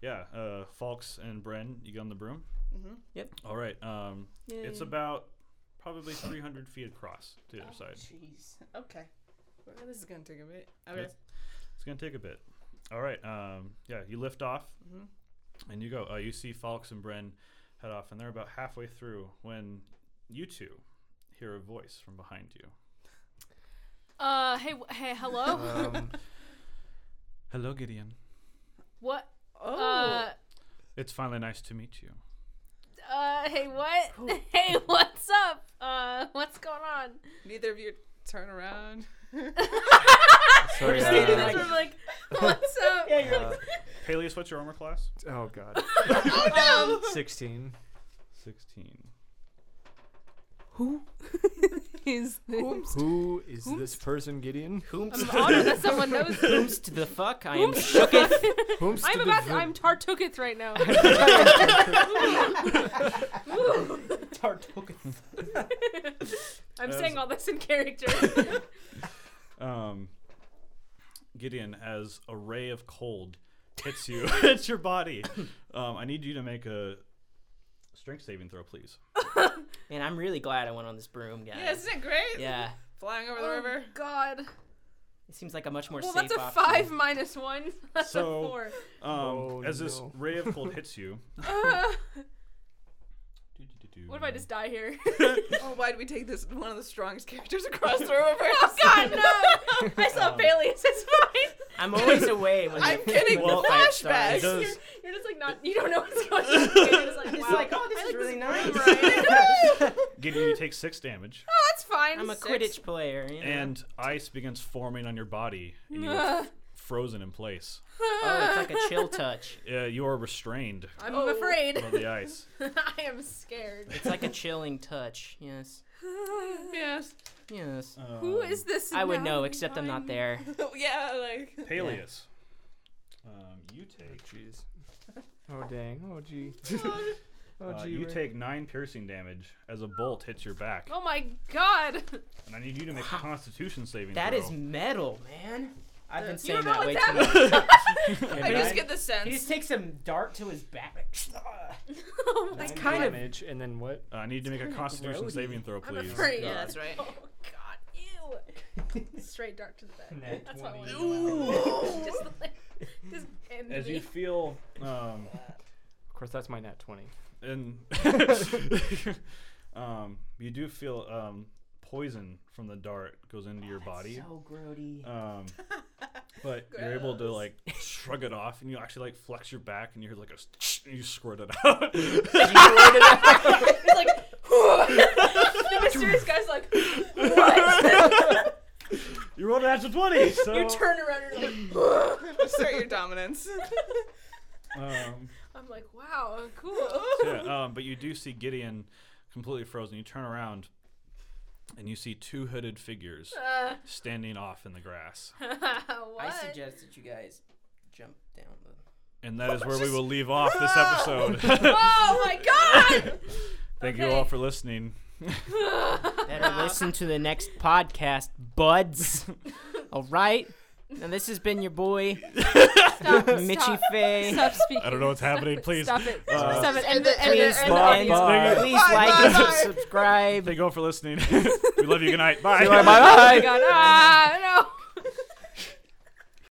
S1: Yeah, uh, Falks and Bren, you get on the broom.
S6: Mhm.
S4: Yep.
S1: All right. Um, it's about probably 300 feet across to the other side.
S6: Oh, Jeez. Okay. Well, This is gonna take a bit. Okay.
S1: It's- It's gonna take a bit. All right. Um, yeah, you lift off,
S6: Mhm.
S1: and you go. Uh, you see Falks and Bren head off, and they're about halfway through when you two hear a voice from behind you.
S3: Uh, hey, w- hey, hello.
S2: Um,
S1: Hello, Gideon.
S3: what?
S6: Oh.
S3: Uh,
S1: It's finally nice to meet you.
S3: uh, hey, what? hey, what's up? Uh, what's going on?
S6: Neither of you turn around.
S2: sorry.
S3: Just
S2: uh,
S3: sort of like, what's up?
S2: uh,
S1: Peleus, what's your armor class?
S2: oh God.
S3: Um,
S2: Sixteen.
S1: 16.
S4: Who?
S3: Is this?
S2: Who is this person, Gideon?
S4: Whomst
S3: I'm honored that someone knows.
S4: whomst the fuck? I am shooketh.
S2: Whomst
S3: I'm
S2: the
S3: about to,
S2: vo-
S3: I'm tartukith right now.
S4: Tartuketh.
S3: I'm
S1: As-
S3: saying all this in character.
S1: Um, Gideon, as a ray of cold hits you, hits your body. Um, I need you to make a strength saving throw, please.
S4: Man, I'm really glad I went on this broom, guys.
S6: Yeah, isn't it great?
S4: Yeah.
S6: Flying over the river.
S3: Oh, God.
S4: It seems like a much more
S3: Well,
S4: safe
S3: that's a
S4: option.
S3: five minus one. That's
S1: So-
S3: a four.
S1: Um,
S2: Oh,
S1: as this
S2: no.
S1: ray of cold hits you.
S3: Uh, what if I just die here?
S6: Oh, why did we take this one of the strongest characters across the river?
S3: oh God, no! I
S4: Um,
S3: saw Peleus. It's fine.
S4: I'm always away when
S6: I'm
S4: the,
S6: getting
S1: Well,
S6: the
S4: five stars.
S1: It
S6: flashbacks.
S1: does-
S3: You're, you're just like not. You don't know what's going on. You're just like,
S4: It's
S3: wow.
S4: like, oh, this
S3: I
S4: is really nice.
S3: frame, right?
S1: Gideon, you take six damage,
S3: oh, that's fine.
S4: I'm a
S6: Six.
S4: Quidditch player. You know?
S1: and ice begins forming on your body, and you're
S3: Uh,
S1: frozen in place.
S4: oh, it's like a chill touch.
S1: Uh, you are restrained
S3: I'm afraid.
S1: by the ice.
S3: I am scared.
S4: It's like a chilling touch. Yes.
S6: Yes.
S4: Yes.
S3: Who
S1: Um,
S3: is this?
S4: Um, I would know,
S3: mountain
S4: except I'm
S3: behind
S4: not
S3: me?
S4: there.
S6: yeah, like.
S1: Peleus? Um, you take.
S2: Jeez. Oh dang. Oh gee. oh
S1: Uh,
S2: gee.
S1: you
S2: Ray.
S1: take nine piercing damage as a bolt hits your back,
S3: Oh my God.
S1: and I need you to make a Constitution saving
S4: That
S1: throw.
S4: is metal, man. I've been saying
S3: don't know
S4: that way
S3: what's
S4: too much.
S6: I
S4: Nine-
S6: just get the
S4: He
S6: sense.
S4: just takes a dart to his back.
S3: Oh my
S2: Nine
S3: God.
S4: kind of-
S2: damage, and then what?
S1: Uh, I need to make a Constitution
S4: grody.
S1: saving throw,
S3: I'm
S1: please.
S3: afraid.
S6: Yeah, that's right.
S3: Oh God. Ew. Straight dark to the back.
S2: Nat
S3: That's what I want
S2: 20.
S3: to do. Just like, just end
S1: As
S3: me.
S1: you feel, um,
S2: Of course, that's my nat twenty.
S1: and um, you do feel um, poison from the dart goes into your body.
S4: So grody.
S1: Um, but you're able to like shrug it off, and you actually like flex your back, and you hear like a and you squirt it out.
S3: It's like the mysterious guy's like,
S1: you rolled an natural twenty, so
S3: you turn around and you're like,
S6: Assert your dominance.
S1: um,
S3: I'm like, wow, cool.
S1: yeah, um, but you do see Gideon completely frozen. You turn around, and you see two hooded figures
S3: Uh,
S1: standing off in the grass.
S3: what?
S4: I suggest that you guys jump down the
S1: And that is where we will leave off this episode.
S3: oh my god!
S1: Thank you all for listening.
S4: Better listen to the next podcast, buds. All right. Now this has been your boy,
S5: Stop,
S4: Mitchy
S5: stop,
S4: Faye.
S5: stop speaking.
S1: I don't know what's happening. Please
S5: Stop it.
S1: Uh,
S5: stop it. End the, end
S4: Please,
S5: the, end the
S2: Bye,
S4: please,
S5: audio.
S2: bye.
S4: please
S5: Bye,
S4: like
S5: bye,
S4: and
S5: bye.
S4: subscribe.
S1: Thank you all for listening. we love you. Good night. Bye.
S2: Bye bye.
S5: Oh my god. Ah, no.